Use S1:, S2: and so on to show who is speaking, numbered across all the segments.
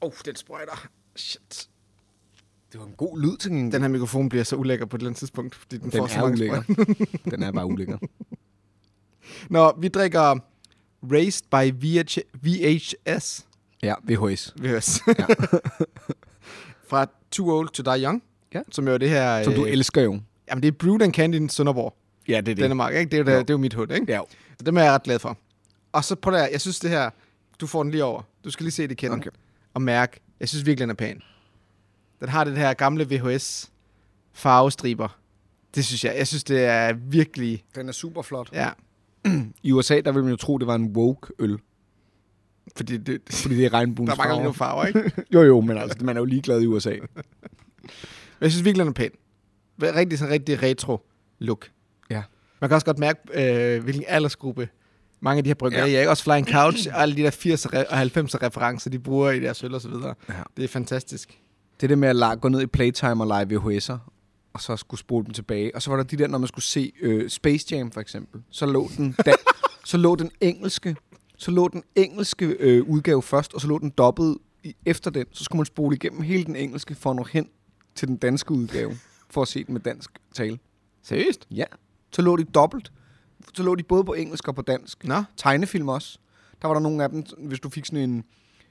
S1: Oh, den sprøjter. Shit.
S2: Det var en god lyd til en...
S1: Den her mikrofon bliver så ulækker på et eller andet tidspunkt, fordi den,
S2: den
S1: får så
S2: er
S1: mange
S2: ulækker.
S1: sprøjter.
S2: den er bare ulækker.
S1: Nå, vi drikker Raised by VH, VHS.
S2: Ja, VHS.
S1: VHS.
S2: Ja.
S1: Fra Too Old to Die Young.
S2: Ja.
S1: Som jo er det her...
S2: Som du
S1: øh,
S2: elsker jo.
S1: Jamen, det er Brewed and Candy Sønderborg.
S2: Ja, det er det.
S1: Danmark, ikke? Det er jo, der,
S2: Jo.
S1: det er jo mit hud, ikke?
S2: Ja.
S1: Så dem er jeg ret glad for. Og så på der, jeg synes det her, du får den lige over. Du skal lige se det kende.
S2: Okay.
S1: Og mærke, jeg synes virkelig, den er pæn. Den har den her gamle VHS farvestriber. Det synes jeg. Jeg synes, det er virkelig...
S2: Den er super flot.
S1: Ja,
S2: I USA, der ville man jo tro, det var en woke-øl,
S1: fordi det,
S2: fordi det er regnbuens
S1: der mangler lige nogle farver, ikke?
S2: Jo, jo, men altså, man er jo ligeglad i USA.
S1: Men jeg synes virkelig, den er pæn. Rigtig sådan rigtig retro look.
S2: Ja.
S1: Man kan også godt mærke, øh, hvilken aldersgruppe mange af de her bryggerier, ja. ikke? Også Flying Couch og alle de der 80'er re- og 90'er referencer, de bruger i deres øl og så videre.
S2: Ja.
S1: Det er fantastisk.
S2: Det der med at la- gå ned i Playtime og lege VHS'er, og så skulle spole dem tilbage. Og så var der de der, når man skulle se øh, Space Jam for eksempel, så lå den, da, så lå den engelske, så lå den engelske øh, udgave først, og så lå den dobbelt i, efter den. Så skulle man spole igennem hele den engelske for at nå hen til den danske udgave, for at se den med dansk tale.
S1: Seriøst?
S2: Ja. Så lå de dobbelt. Så lå de både på engelsk og på dansk.
S1: Nå.
S2: Tegnefilm også. Der var der nogle af dem, hvis du fik sådan en...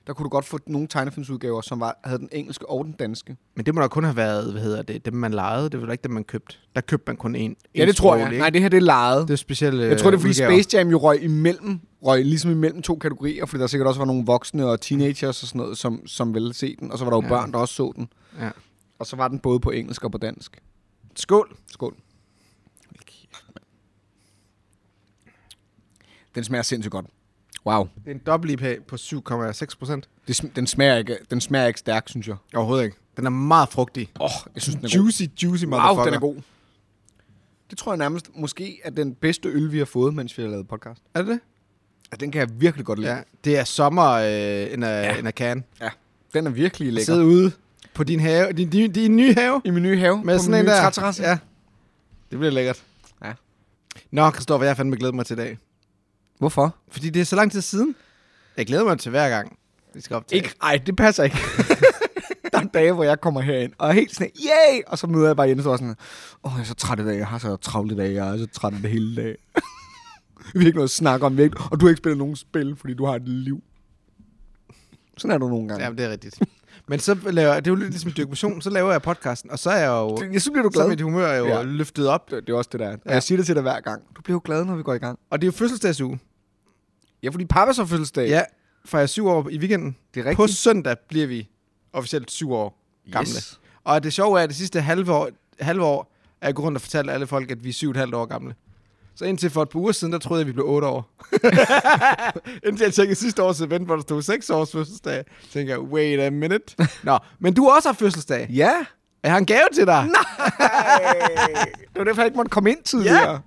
S2: Der kunne du godt få nogle tegnefilmsudgaver, som var, havde den engelske og den danske.
S1: Men det må da kun have været, hvad hedder det, dem man lejede. Det var da ikke dem, man købte. Der købte man kun en.
S2: Ja, det tror jeg. Nej, det her det er lejet.
S1: det er øh, specielt.
S2: Jeg tror, det er, fordi Space Jam jo røg imellem, røg ligesom imellem to kategorier, fordi der sikkert også var nogle voksne og teenagers og sådan noget, som, som ville se den, og så var der jo
S1: Ja.
S2: ja. børn, der også så den.
S1: Ja.
S2: Og så var den både på engelsk og på dansk.
S1: Skål.
S2: Skål. Den smager sindssygt godt. Wow.
S1: Det er en dobbelt IPA på 7,6 procent.
S2: Det sm- den, smager ikke, den smager ikke stærk, synes jeg.
S1: Overhovedet ikke. Den er meget frugtig.
S2: Åh, oh, jeg synes, den er god.
S1: Juicy, juicy motherfucker.
S2: Wow, den er god. Det tror jeg nærmest måske er den bedste øl, vi har fået, mens vi har lavet podcast.
S1: Er det det?
S2: Ja, den kan jeg virkelig godt lide.
S1: Ja. Det er sommer øh, in, a, ja. in a can.
S2: ja. Den er virkelig lækker.
S1: Sidde ude på din have, din, din, din nye have.
S2: i min nye have.
S1: Med
S2: på
S1: sådan
S2: min
S1: en
S2: nye
S1: der.
S2: træterrasse.
S1: Ja. Det bliver lækkert.
S2: Ja.
S1: Nå, Kristoffer, jeg har fandme glædet mig til i dag.
S2: Hvorfor?
S1: Fordi det er så lang tid siden. Jeg glæder mig til hver gang. Vi skal optage.
S2: Ikke, ej, det passer ikke. der er dage, hvor jeg kommer herind, og er helt sådan, yay! Og så møder jeg bare Jens og er sådan, åh, jeg er så træt i dag, jeg har så travlt i dag, jeg er så træt af det hele dag. vi har ikke noget at snakke om, vi har ikke, og du har ikke spillet nogen spil, fordi du har et liv. Sådan er du nogle gange.
S1: Ja, det er rigtigt. Men så laver det er jo lidt ligesom dyrkmotion, så laver jeg podcasten, og så er jeg jo,
S2: Ja, så bliver du
S1: så er
S2: glad.
S1: mit humør er jo ja.
S2: Ja.
S1: løftet op.
S2: Det, det er også det der. Og jeg siger det til dig hver gang. Du bliver jo glad, når vi går i gang.
S1: Og det er jo fødselsdagsuge.
S2: Ja, fordi pappas har fødselsdag.
S1: Ja, for jeg er syv år i weekenden.
S2: det er
S1: På
S2: rigtigt.
S1: søndag bliver vi officielt syv år gamle. Yes. Og det sjove er, at det sidste halve år, halve år er jeg gået rundt og fortalt alle folk, at vi er syv og et halvt år gamle. Så indtil for et par uger siden, der troede jeg, at vi blev otte år. indtil jeg tjekkede sidste års event, hvor der stod seks års fødselsdag. tænker jeg, wait a minute. Nå, men du også har fødselsdag.
S2: Ja.
S1: Og Jeg har en gave til dig. Nej.
S2: det var derfor, jeg ikke måtte komme ind tidligere.
S1: Ja.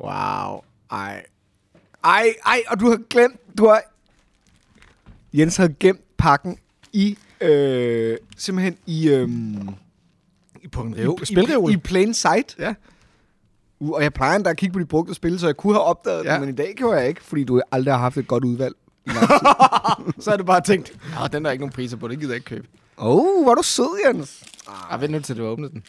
S2: Wow. Ej. Ej, ej, og du har glemt, du har... Jens havde gemt pakken i, øh, simpelthen i, øh,
S1: På en
S2: i, i, i plain sight.
S1: Ja.
S2: Uh, og jeg plejer endda at kigge på de brugte spil, så jeg kunne have opdaget
S1: Ja.
S2: ja. det, men i dag gjorde jeg ikke, fordi du aldrig har haft et godt udvalg.
S1: Så er det bare tænkt, Nå, den der er ikke nogen priser på, det gider jeg ikke købe.
S2: Åh, oh, var du sød, Jens.
S1: Jeg vent nu til, du har åbnet den.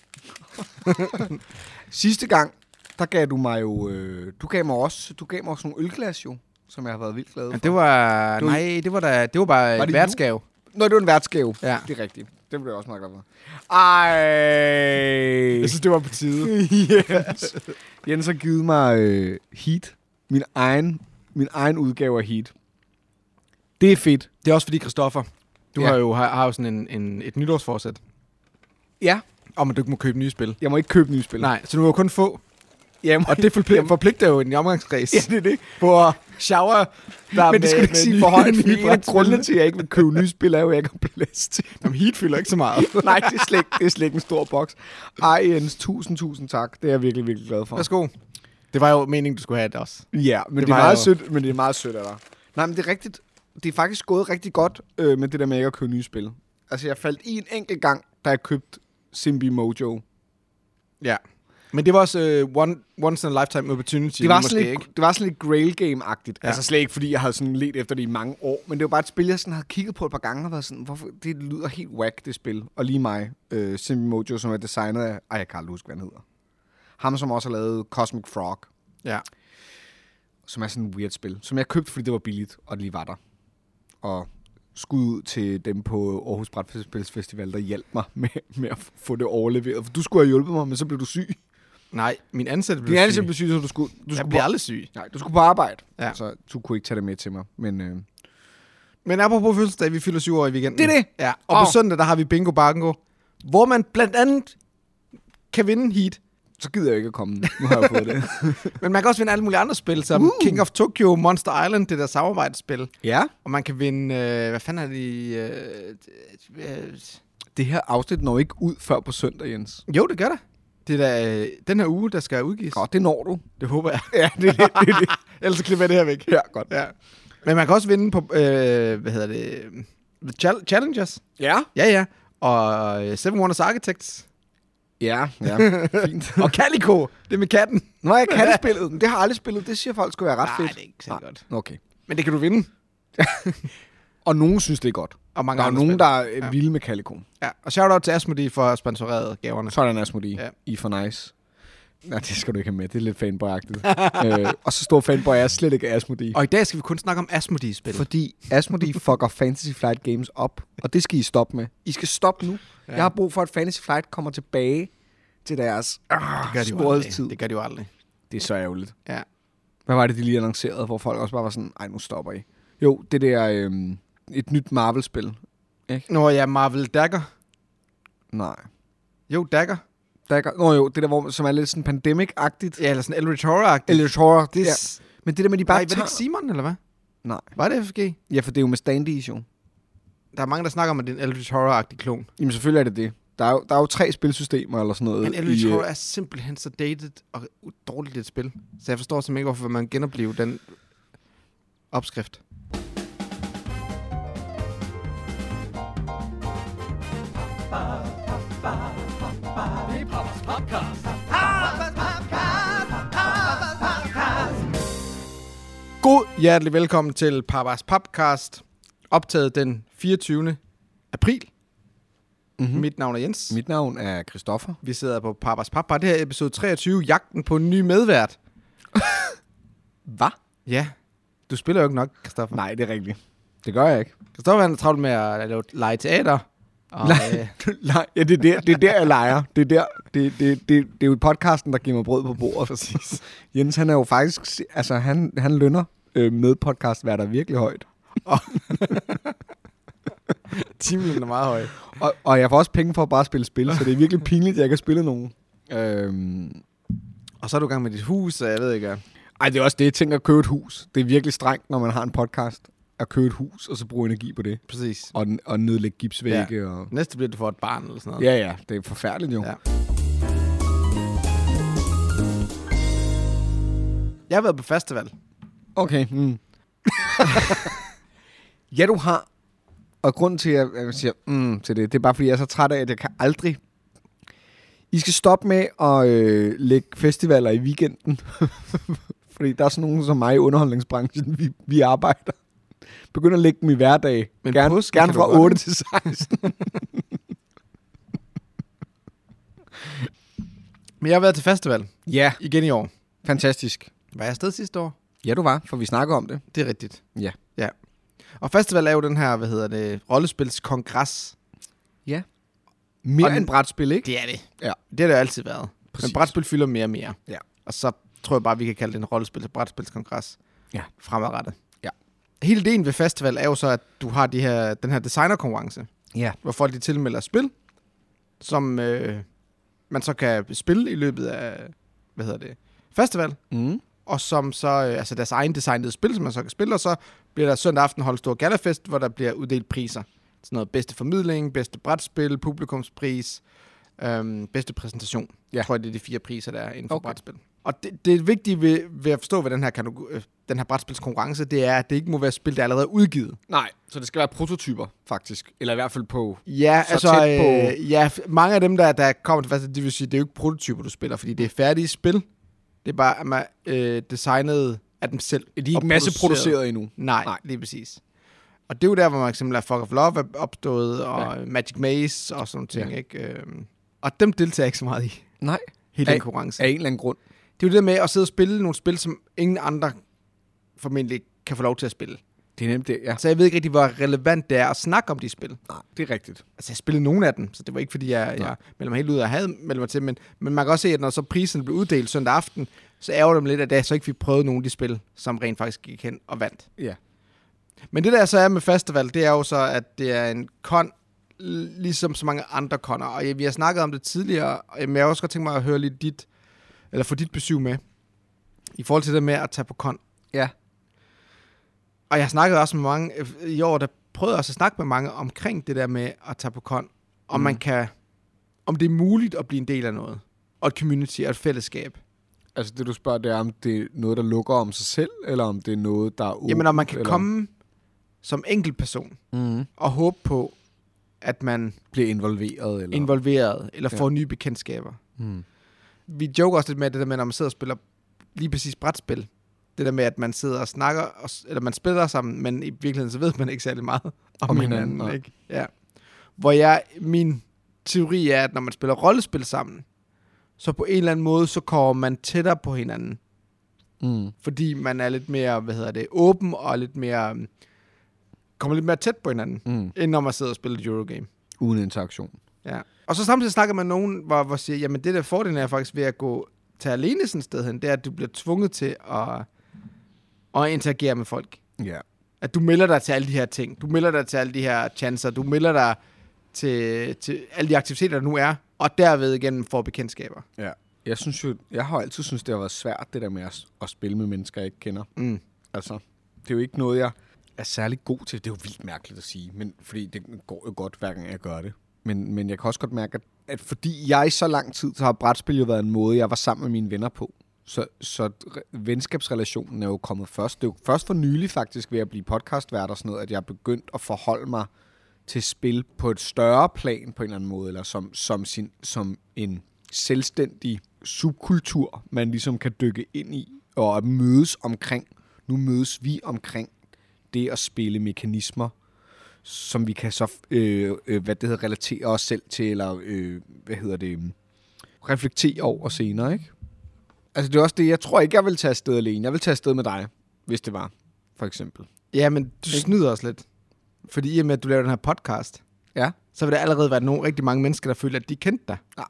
S2: Sidste gang, der gav du mig jo, øh, du gav mig også, du gav mig også nogle ølglas jo, som jeg har været vildt glad for.
S1: Men det var,
S2: Du-
S1: nej, det var, da, det var bare
S2: Var
S1: var
S2: det jul?
S1: det værtsgave.
S2: Nå, det var en værtsgave.
S1: Ja.
S2: Det er rigtigt. Det blev jeg også meget glad for. Ej.
S1: synes, det var på tide.
S2: yes. Jens har givet mig øh, Heat. Min egen, min egen udgave af Heat. Det er fedt.
S1: Det er også fordi, Christoffer, du
S2: Ja.
S1: har jo, har, har jo sådan en, en, et nytårsforsæt
S2: Ja.
S1: om, at du ikke må købe nye spil.
S2: Jeg må ikke købe nye spil.
S1: Nej, så nu er kun få.
S2: Jamen,
S1: Og det forpl- forpligter jo en omgangskreds.
S2: ja, det er det.
S1: På shower, der
S2: Men det skal du ikke sige for højt, fordi en af grundene
S1: grundene.
S2: til, at jeg ikke vil købe nye spil, er jo, at jeg ikke har plads til.
S1: Jamen, heat fylder ikke så meget.
S2: Nej, det er, slet, ikke- det er slet ikke en stor boks. Ej, Jens, tusind, tusind tak. Det er jeg virkelig, virkelig glad for.
S1: Værsgo. Det var jo meningen, du skulle have det også.
S2: Ja, men
S1: Det
S2: det, det, er
S1: var
S2: meget
S1: jo-
S2: sødt, men det er meget sødt af dig. Nej, men det er rigtigt. Det er faktisk gået rigtig godt øh, med det der med ikke at købe nye spil. Altså, jeg faldt i en enkelt gang, da jeg købte Simbi Mojo.
S1: Ja. Men det var også uh, one, once in a lifetime opportunity.
S2: Det var,
S1: måske
S2: sådan lidt,
S1: ikke.
S2: det var sådan lidt Grail Game-agtigt.
S1: Ja.
S2: Ja. Altså slet ikke, fordi jeg havde sådan let efter det i mange år, men det var bare et spil, jeg sådan havde kigget på et par gange og været sådan, hvorfor, det lyder helt whack, det spil. Og lige mig, øh, Simi Mojo, som er designet af, ej, jeg kan aldrig huske, hvad han hedder. Ham, som også har lavet Cosmic Frog,
S1: Ja.
S2: som er sådan et weird spil, som jeg købte, fordi det var billigt, og det lige var der. Og skud ud til dem på Aarhus Brætspilsfestival, der hjalp mig med, med at få det overleveret. For du skulle have hjulpet mig, men så blev du syg.
S1: Nej, min ansatte blev
S2: Din ansatte
S1: syg.
S2: blev syg, så du skulle, du
S1: Jeg
S2: skulle
S1: bliver aldrig syg.
S2: Nej, du skulle på arbejde.
S1: Ja.
S2: Ja. Så du kunne ikke tage det med til mig. Men øh,
S1: Men apropos fødselsdag, vi fylder syv år i weekenden.
S2: Det er det.
S1: Ja, og oh. på
S2: Åh.
S1: søndag, der har vi Bingo Bango, hvor man blandt andet kan vinde heat.
S2: så gider jeg ikke at komme. Nu har jeg fået det.
S1: Men man kan også vinde alle mulige andre spil, som uh. King of Tokyo, Monster Island, det der samarbejdsspil.
S2: ja.
S1: Og man kan vinde, øh, hvad fanden er det? Øh, øh,
S2: Det her afsnit når ikke ud før på søndag, Jens.
S1: jo, det gør det. Det er da øh, den her uge, der skal udgives.
S2: Godt, det når du.
S1: Det håber jeg.
S2: Ja, det er det. det, er det.
S1: Ellers så klipper jeg det her væk.
S2: Ja, godt.
S1: Ja. Men man kan også vinde på, øh, hvad hedder det? øh, The Chal- Challengers.
S2: Ja.
S1: Ja, ja. Og øh, Seven Wonders Architects.
S2: Ja, ja. Fint.
S1: Og Calico, det er med katten.
S2: Nå, jeg kan spillet. Men det har jeg aldrig spillet. Det siger folk skulle være ret
S1: Nej,
S2: fedt.
S1: det er ikke særlig godt.
S2: Okay.
S1: Men det kan du vinde.
S2: Og nogen synes, det er godt.
S1: Og mange
S2: Der er
S1: andre
S2: nogen,
S1: spil.
S2: der er ja. vilde med Calico.
S1: Ja. Og shout-out til Asmodee for at sponsorere gaverne.
S2: Sådan er Asmodee.
S1: Ja.
S2: Ja. I er for nice. Nej, det skal du ikke have med. Det er lidt fanboy-agtigt. øh, og så stor fanboy er jeg slet ikke af Asmodee.
S1: Og i dag skal vi kun snakke om Asmodee-spil.
S2: Fordi Asmodee fucker Fantasy Flight Games op, og det skal I stoppe med. I skal stoppe nu. Ja. Jeg har brug for, at Fantasy Flight kommer tilbage til deres
S1: gør
S2: øh,
S1: de jo aldrig.
S2: storhedstid.
S1: Det gør de jo aldrig.
S2: Det er så ærgerligt.
S1: Ja.
S2: Hvad var det, de lige annoncerede, hvor folk også bare var sådan, ej, nu stopper I. Jo, det der, øh, et nyt Marvel-spil.
S1: Nå ja, Marvel Dagger.
S2: Nej.
S1: Jo, Dagger.
S2: Der, er- nå jo, det der, hvor, som er lidt sådan pandemic-agtigt.
S1: Ja, eller sådan Elric Horror-agtigt.
S2: Eller horror. Det, ja.
S1: ja.
S2: Men det der med, de
S1: Bare
S2: bare
S1: Nej, var det
S2: tager...
S1: ikke Simon, eller hvad?
S2: Nej.
S1: Var det FG?
S2: Ja, for det er jo med standees jo.
S1: Der er mange, der snakker om, at det er en Eldritch Horror-agtig klon.
S2: Jamen selvfølgelig er det det. Der er jo, der er jo tre spilsystemer eller sådan noget.
S1: Men Eldritch
S2: øh,
S1: Horror er simpelthen så dated og u- dårligt et spil. Så jeg forstår simpelthen ikke, hvorfor man genoplever den opskrift. God hjertelig velkommen til Papas Podcast, optaget den 24. april. Mm-hmm. Mit navn er Jens.
S2: Mit navn er Christoffer.
S1: Vi sidder på Papas Papa. Det her er episode 23, jagten på en ny medvært.
S2: Hvad?
S1: Ja, du spiller jo ikke nok, Kristoffer.
S2: Nej, det er rigtigt. Det gør jeg ikke.
S1: Kristoffer han er travlt med at lave lege teater. Og, øh,
S2: Nej, ja, det, er der, det er der, jeg leger. Det er, der, det, det, det, det er jo podcasten, der giver mig brød på bordet. Præcis. Jens, han er jo faktisk... se- Altså, han, han lønner øh, med podcast der virkelig højt.
S1: timelønnen er meget høj.
S2: Og, og jeg får også penge for at bare spille spil, så det er virkelig pinligt, at jeg ikke har spillet nogen. Øhm,
S1: Og så er du i gang med dit hus, og jeg ved ikke. hvad.
S2: ej, det er også det, jeg tænker at købe et hus. Det er virkelig strengt, når man har en podcast, at købe et hus, og så bruge energi på det.
S1: Præcis.
S2: Og, og nedlægge gipsvægge. Ja. Og,
S1: Næste bliver du for et barn eller sådan noget.
S2: ja, ja, det er forfærdeligt jo.
S1: Ja.
S2: Ja.
S1: Jeg har været på festival.
S2: Okay. Mm. ja, du har. Og grunden til, at jeg siger mm, til det, det er bare, fordi jeg er så træt af, at jeg kan aldrig... I skal stoppe med at øh, lægge festivaler i weekenden. fordi der er sådan nogen som mig i underholdningsbranchen, vi, vi arbejder. Begynd at lægge dem i hverdag.
S1: Men
S2: Men gerne,
S1: påsken
S2: gerne
S1: kan du
S2: fra
S1: godt.
S2: 8 til 16.
S1: Men jeg har været til festival
S2: ja,
S1: igen i år.
S2: fantastisk.
S1: Var jeg afsted sidste år?
S2: Ja, du var, for vi snakker om det.
S1: Det er rigtigt.
S2: Ja.
S1: Ja. Og festival er jo den her, hvad hedder det, rollespilskongres.
S2: Ja.
S1: Og
S2: Mere
S1: den-
S2: end brætspil, ikke?
S1: Det er det.
S2: Ja.
S1: Det har det jo altid været. Præcis. Men
S2: Præcis.
S1: brætspil fylder mere og mere.
S2: Ja.
S1: Og så tror jeg bare, vi kan kalde det en rollespil og brætspilskongres
S2: Ja.
S1: fremadrettet.
S2: Ja.
S1: Hele ideen ved festival er jo så, at du har de her, den her designerkonkurrence,
S2: Ja.
S1: hvor folk de tilmelder spil, som øh, man så kan spille i løbet af, hvad hedder det, festival,
S2: Mm.
S1: og som så, øh, altså deres egen designede spil, som man så kan spille, og så bliver der søndag aften holdt stor galafest, hvor der bliver uddelt priser. Sådan noget bedste formidling, bedste brætspil, publikumspris, øhm, bedste præsentation.
S2: Ja.
S1: Jeg tror, det er de fire priser, der er inden for okay.
S2: Okay.
S1: brætspil. Og det, det vigtige ved, ved at forstå, hvad den her, kategori- øh, den her brætspilskonkurrence, det er, at det ikke må være spil, der er allerede er udgivet.
S2: Nej, så det skal være prototyper, faktisk. Eller i hvert fald på...
S1: Ja,
S2: Så
S1: så altså,
S2: tæt på-
S1: øh, ja, f- mange af dem, der, der kommer til fast, det vil sige, det er jo ikke prototyper, du spiller, fordi det er færdige spil. Det er bare, at man øh, designede af dem selv.
S2: De er
S1: og
S2: ikke masseproduceret endnu.
S1: Nej,
S2: Nej.
S1: Nej, lige præcis. Og det er jo der, hvor man eksempel er Fuck of Love er opstået, og ja. Magic Maze og sådan nogle ting,
S2: Ja.
S1: ja. ikke? Øhm, Og dem deltager jeg ikke så meget i,
S2: Nej.
S1: hele
S2: Af-
S1: den konkurrence.
S2: Af en eller anden grund.
S1: Det er jo det der med at sidde og spille nogle spil, som ingen andre formentlig kan få lov til at spille.
S2: Det er nemt det, ja.
S1: Så jeg ved ikke rigtig, hvor relevant det er at snakke om de spil.
S2: Nej, det er rigtigt.
S1: Altså, jeg spillede nogle af dem, så det var ikke, fordi jeg, jeg meldte mig helt ud og havde meldt mig til. Men, men man kan også se, at når så prisen blev uddelt søndag aften, så ærger det mig lidt, at jeg så ikke fik prøvet nogle af de spil, som rent faktisk gik hen og vandt.
S2: Ja.
S1: Men det der så er med festival, det er jo så, at det er en kon, ligesom så mange andre koner. Og ja, vi har snakket om det tidligere, og jamen, jeg har også godt tænkt mig at høre lidt dit, eller få dit besøg med, i forhold til det med at tage på kon.
S2: Ja.
S1: Og jeg snakkede også med mange, øh, i år der prøvede jeg også at snakke med mange omkring det der med at tage på kon. Om
S2: Mm.
S1: mm. man kan, om det er muligt at blive en del af noget. Og et community og et fællesskab.
S2: Altså det, du spørger, det er, om det er noget, der lukker om sig selv, eller om det er noget, der er åbent,
S1: Jamen, om man kan
S2: Uh, eller...
S1: komme som enkeltperson
S2: Mm.
S1: og håbe på, at man
S2: Bliver involveret, eller...
S1: involveret, eller
S2: Ja.
S1: får nye bekendtskaber.
S2: mm.
S1: vi joker også lidt med det der med, når man sidder og spiller lige præcis brætspil. Det der med, at man sidder og snakker, og, s- eller man spiller sammen, men i virkeligheden så ved man ikke særlig meget om,
S2: Om
S1: om
S2: hinanden,
S1: hinanden.
S2: nej.
S1: hinanden ikke? Ja. Hvor jeg, min teori er, at når man spiller rollespil sammen, så på en eller anden måde, så kommer man tættere på hinanden.
S2: Mm.
S1: Fordi man er lidt mere, hvad hedder det, åben og lidt mere, øhm, kommer lidt mere tæt på hinanden,
S2: Mm.
S1: end når man sidder og spiller et Eurogame.
S2: Uden interaktion.
S1: Ja. Og så samtidig snakker man med nogen, hvor, hvor siger, jamen det der fordelen er faktisk ved at gå til alene sådan et sted hen, det er, at du bliver tvunget til at, at interagere med folk.
S2: Ja.
S1: At du melder dig til alle de her ting. Du melder dig til alle de her chancer. Du melder dig til, til alle de aktiviteter, der nu er. Og derved igen får bekendtskaber.
S2: ja. Jeg synes jo, jeg har altid synes det har været svært, det der med at, at spille med mennesker, jeg ikke kender.
S1: Mm.
S2: Altså, det er jo ikke noget, jeg er særlig god til. Det er jo vildt mærkeligt at sige, men, fordi det går jo godt, hver gang jeg gør det. Men, men jeg kan også godt mærke, at, at fordi jeg i så lang tid så har brætspil jo været en måde, jeg var sammen med mine venner på. Så, så re- venskabsrelationen er jo kommet først. Det er jo først for nylig faktisk ved at blive podcastvært og sådan noget, at jeg er begyndt at forholde mig til spil på et større plan på en eller anden måde, eller som, som, sin, som en selvstændig subkultur, man ligesom kan dykke ind i og at mødes omkring. Nu mødes vi omkring det at spille mekanismer, som vi kan så, øh, øh, hvad det hedder, relatere os selv til, eller øh, hvad hedder det, øh, reflektere over senere, ikke? Altså det er også det, jeg tror ikke, jeg vil tage afsted alene. Jeg vil tage afsted med dig, hvis det var, for eksempel.
S1: Ja, men du snyder os lidt. Fordi i og med, at du laver den her podcast,
S2: Ja.
S1: så vil der allerede være nogle, rigtig mange mennesker, der føler, at de kendte dig.
S2: Ja,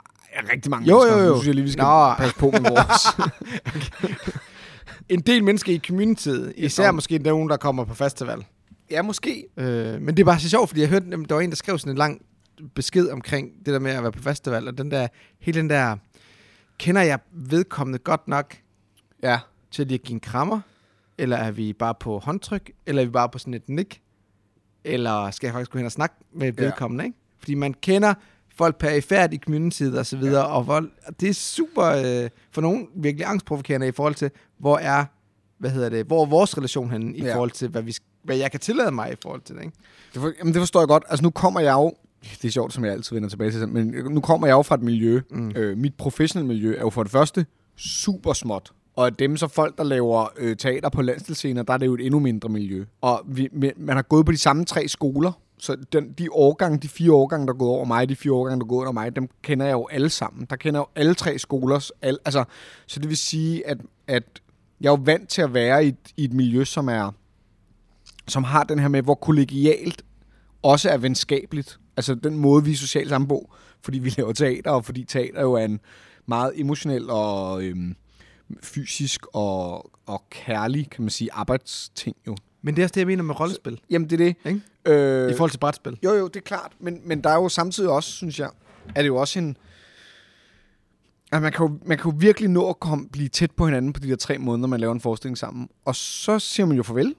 S2: rigtig mange
S1: Jo,
S2: mennesker.
S1: jo, jo.
S2: Nu synes jeg lige, vi skal
S1: Nå.
S2: passe på med vores.
S1: En del mennesker i communityet, især måske nogen, der kommer på festival.
S2: ja, måske.
S1: Øh, men det er bare så sjovt, fordi jeg hørte, jamen, der var en, der skrev sådan en lang besked omkring det der med at være på festival, og den der, hele den der, kender jeg vedkommende godt nok
S2: Ja.
S1: til lige at give en krammer? Eller er vi bare på håndtryk? Eller er vi bare på sådan et nik? Eller skal jeg faktisk gå hen og snakke med
S2: Ja.
S1: vedkommende, ikke? Fordi man kender folk perifært i communityet og så videre, og, hvor, og det er super øh, for nogen virkelig angstprovokerende i forhold til, hvor er, hvad hedder det, hvor er vores relation henne i
S2: Ja.
S1: ja. forhold til, hvad, vi, sk- hvad jeg kan tillade mig i forhold til det, ikke?
S2: Det, for, jamen, det forstår jeg godt. Altså, nu kommer jeg jo... Det er sjovt, som jeg altid vender tilbage til, men nu kommer jeg jo fra et miljø. Mm. Øh, mit professionelle miljø er jo for det første super småt. Og dem så folk, der laver øh, teater på landsdelsscener, der er det jo et endnu mindre miljø. Og vi, men- man har gået på de samme tre skoler, så den, de årgange, de fire årgange, der er gået over mig, de fire årgange, der er gået under mig, dem kender jeg jo alle sammen. Der kender jeg jo alle tre skolers. Al, altså, så det vil sige, at, at jeg er jo vant til at være i et, i et miljø, som er som har den her med, hvor kollegialt også er venskabeligt. Altså den måde, vi er socialt sammen på, fordi vi laver teater, og fordi teater jo er en meget emotionel og øhm, fysisk og, og kærlig, kan man sige, arbejdsting jo.
S1: Men det er også det, jeg mener med rollespil,
S2: Jamen det er det.
S1: ikke?
S2: Øh,
S1: I forhold til brætspil.
S2: jo, jo, det er klart. Men, men der er jo samtidig også, synes jeg, er det jo også en... Altså, man, kan jo, man kan jo virkelig nå at komme, blive tæt på hinanden på de der tre måneder, man laver en forestilling sammen. Og så siger man jo farvel.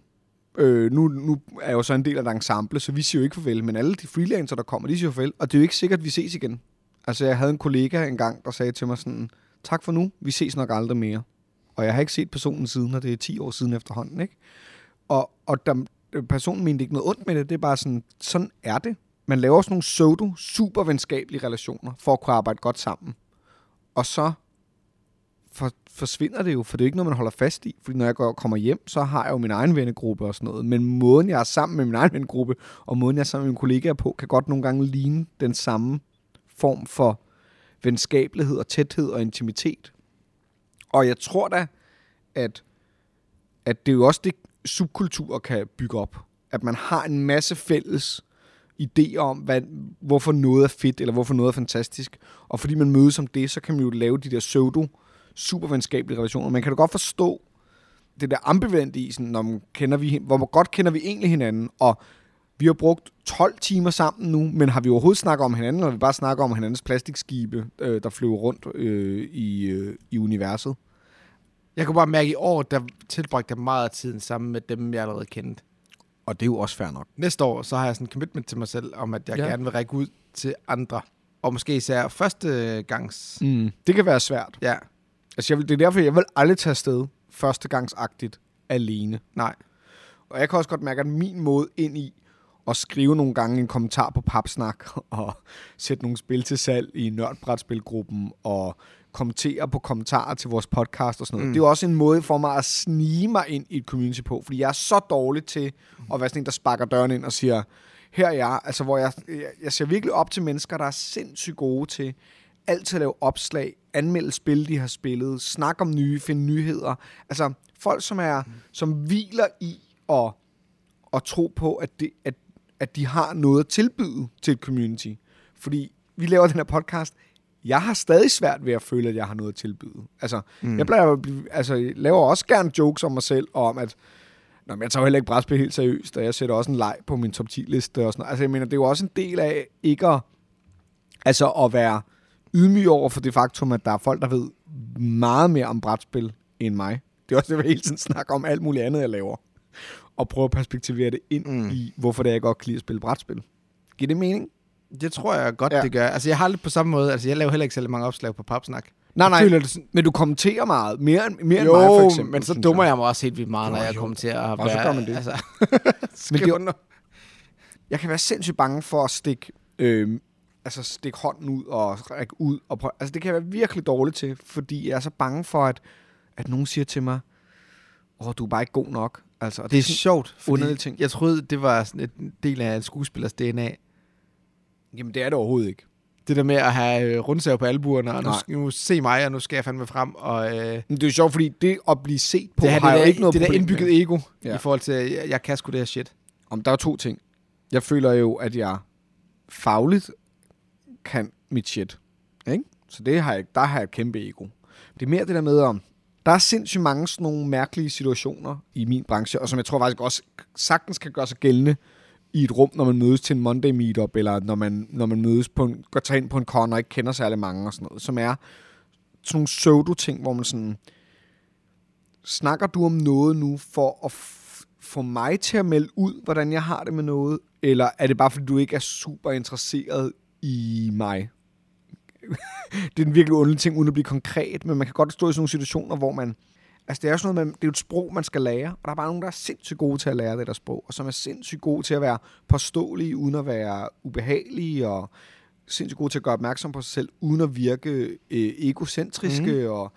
S2: Øh, nu, nu er jeg jo så en del af et ensemble, så vi siger jo ikke farvel. Men alle de freelancer, der kommer, de siger jo farvel. Og det er jo ikke sikkert, at vi ses igen. Altså, jeg havde en kollega engang, der sagde til mig sådan, tak for nu, vi ses nok aldrig mere. Og jeg har ikke set personen siden, og det er 10 år siden efterhånden, ikke? Og, og der, Øh, personen mente ikke noget ondt med det, det er bare sådan, sådan er det. Man laver sådan nogle pseudo, super venskabelige relationer, for at kunne arbejde godt sammen. Og så for, forsvinder det jo, for det er jo ikke noget, man holder fast i. Fordi når jeg går, kommer hjem, så har jeg jo min egen vennegruppe og sådan noget. Men måden, jeg er sammen med min egen vennegruppe, og måden, jeg er sammen med mine kollegaer på, kan godt nogle gange ligne den samme form for venskabelighed og tæthed og intimitet. Og jeg tror da, at, at det er jo også det, subkulturer kan bygge op. At man har en masse fælles idéer om, hvad, hvorfor noget er fedt, eller hvorfor noget er fantastisk. Og fordi man mødes om det, så kan man jo lave de der pseudo supervenskabelige relationer. Man kan da godt forstå det der ambivalente i, sådan, når man kender vi, hin- hvor godt kender vi egentlig hinanden, og vi har brugt 12 timer sammen nu, men har vi overhovedet snakket om hinanden, eller har vi bare snakket om hinandens plastikskibe, øh, der flyver rundt øh, i, øh, i universet?
S1: Jeg kunne bare mærke i år, der tilbragte jeg meget af tiden sammen med dem, jeg allerede kendte.
S2: Og det er jo også fair nok.
S1: Næste år, så har jeg sådan en commitment til mig selv, om at jeg
S2: Ja.
S1: ja. gerne vil række ud til andre. Og måske især første gangs.
S2: Mm. Det kan være svært.
S1: Ja,
S2: Altså, jeg vil, det er derfor, jeg vil aldrig tage afsted førstegangsagtigt alene.
S1: nej.
S2: Og jeg kan også godt mærke, at min måde ind i at skrive nogle gange en kommentar på papsnak, og sætte nogle spil til salg i nørdbrætspilgruppen, og kommentere på kommentarer til vores podcast og sådan noget. Mm. Det er jo også en måde for mig at snige mig ind i et community på, fordi jeg er så dårlig til at være sådan en, der sparker døren ind og siger, her er jeg, altså hvor jeg, jeg, jeg ser virkelig op til mennesker, der er sindssygt gode til altid at lave opslag, anmelde spil, de har spillet, snak om nye, finde nyheder. Altså folk, som er, som hviler i at, at tro på, at, det, at, at de har noget at tilbyde til et community. Fordi vi laver den her podcast, jeg har stadig svært ved at føle, at jeg har noget at tilbyde. Altså, mm. jeg, plejer at blive, altså, jeg laver også gerne jokes om mig selv, og om at Nå, men jeg tager jo heller ikke brætspil helt seriøst, og jeg sætter også en leg på min top 10-liste og sådan noget. Altså, jeg mener, det er jo også en del af ikke at, altså, at være ydmyg over for det faktum, at der er folk, der ved meget mere om brætspil end mig. Det er også det, jeg hele tiden snakker om alt muligt andet, jeg laver. Og prøver at perspektivere det ind mm. i, hvorfor det er, jeg godt kan lide at spille brætspil. Giver det mening?
S1: Det tror jeg godt,
S2: Ja.
S1: ja. det gør. Altså, jeg har lidt på samme måde. Altså, jeg laver heller ikke særlig mange opslag på papsnak.
S2: Nej, nej,
S1: Jeg føler det sådan,
S2: men du kommenterer meget. Mere, end- mere end
S1: jo,
S2: mig, for eksempel.
S1: men så
S2: synes
S1: dummer jeg mig også helt vildt meget,
S2: Nå,
S1: når jeg
S2: jo.
S1: kommer til at
S2: Nå, så gør man det.
S1: Altså,
S2: Men det er jo-
S1: men det,
S2: jeg kan være sindssygt bange for at stikke, øh, altså stikke hånden ud og række ud. Og prøve. Altså det kan jeg være virkelig dårlig til, fordi jeg er så bange for, at, at nogen siger til mig, åh, oh, du er bare ikke god nok. Altså, og
S1: det er
S2: sådan,
S1: sjovt, fordi
S2: underlig ting.
S1: jeg troede, det var sådan en del af en skuespillers DNA.
S2: jamen det er det overhovedet ikke.
S1: Det der med at have øh, rundsager på albuerne, og nu,
S2: Nej.
S1: skal- nu se mig, og nu skal jeg fandme frem, og... Øh,
S2: Men det er jo sjovt, fordi det at blive set på,
S1: det her,
S2: har
S1: det,
S2: jeg
S1: der,
S2: jo ikke noget
S1: det der
S2: problem
S1: indbygget
S2: med.
S1: ego,
S2: Ja.
S1: ja. i forhold til, jeg, jeg kan sgu det her shit.
S2: Om der er to ting. Jeg føler jo, at jeg fagligt kan mit shit. Ikke? Så det har jeg, der har jeg et kæmpe ego. Det er mere det der med, om der er sindssygt mange sådan nogle mærkelige situationer i min branche, og som jeg tror faktisk også sagtens kan gøre sig gældende i et rum, når man mødes til en Monday meetup, eller når man, når man mødes på en, går tager ind på en con og ikke kender særlig mange og sådan noget, som er sådan nogle pseudo-ting, hvor man sådan, snakker du om noget nu for at f- få mig til at melde ud, hvordan jeg har det med noget? Eller er det bare, fordi du ikke er super interesseret i mig? det er en virkelig underlig ting, uden at blive konkret, men man kan godt stå i sådan nogle situationer, hvor man... Altså, det er jo sådan noget, man, det er jo et sprog, man skal lære, og der er bare nogen, der er sindssygt gode til at lære det der sprog, og som er sindssygt gode til at være påståelige, uden at være ubehagelige, og sindssygt gode til at gøre opmærksom på sig selv, uden at virke øh, egocentriske, mm. og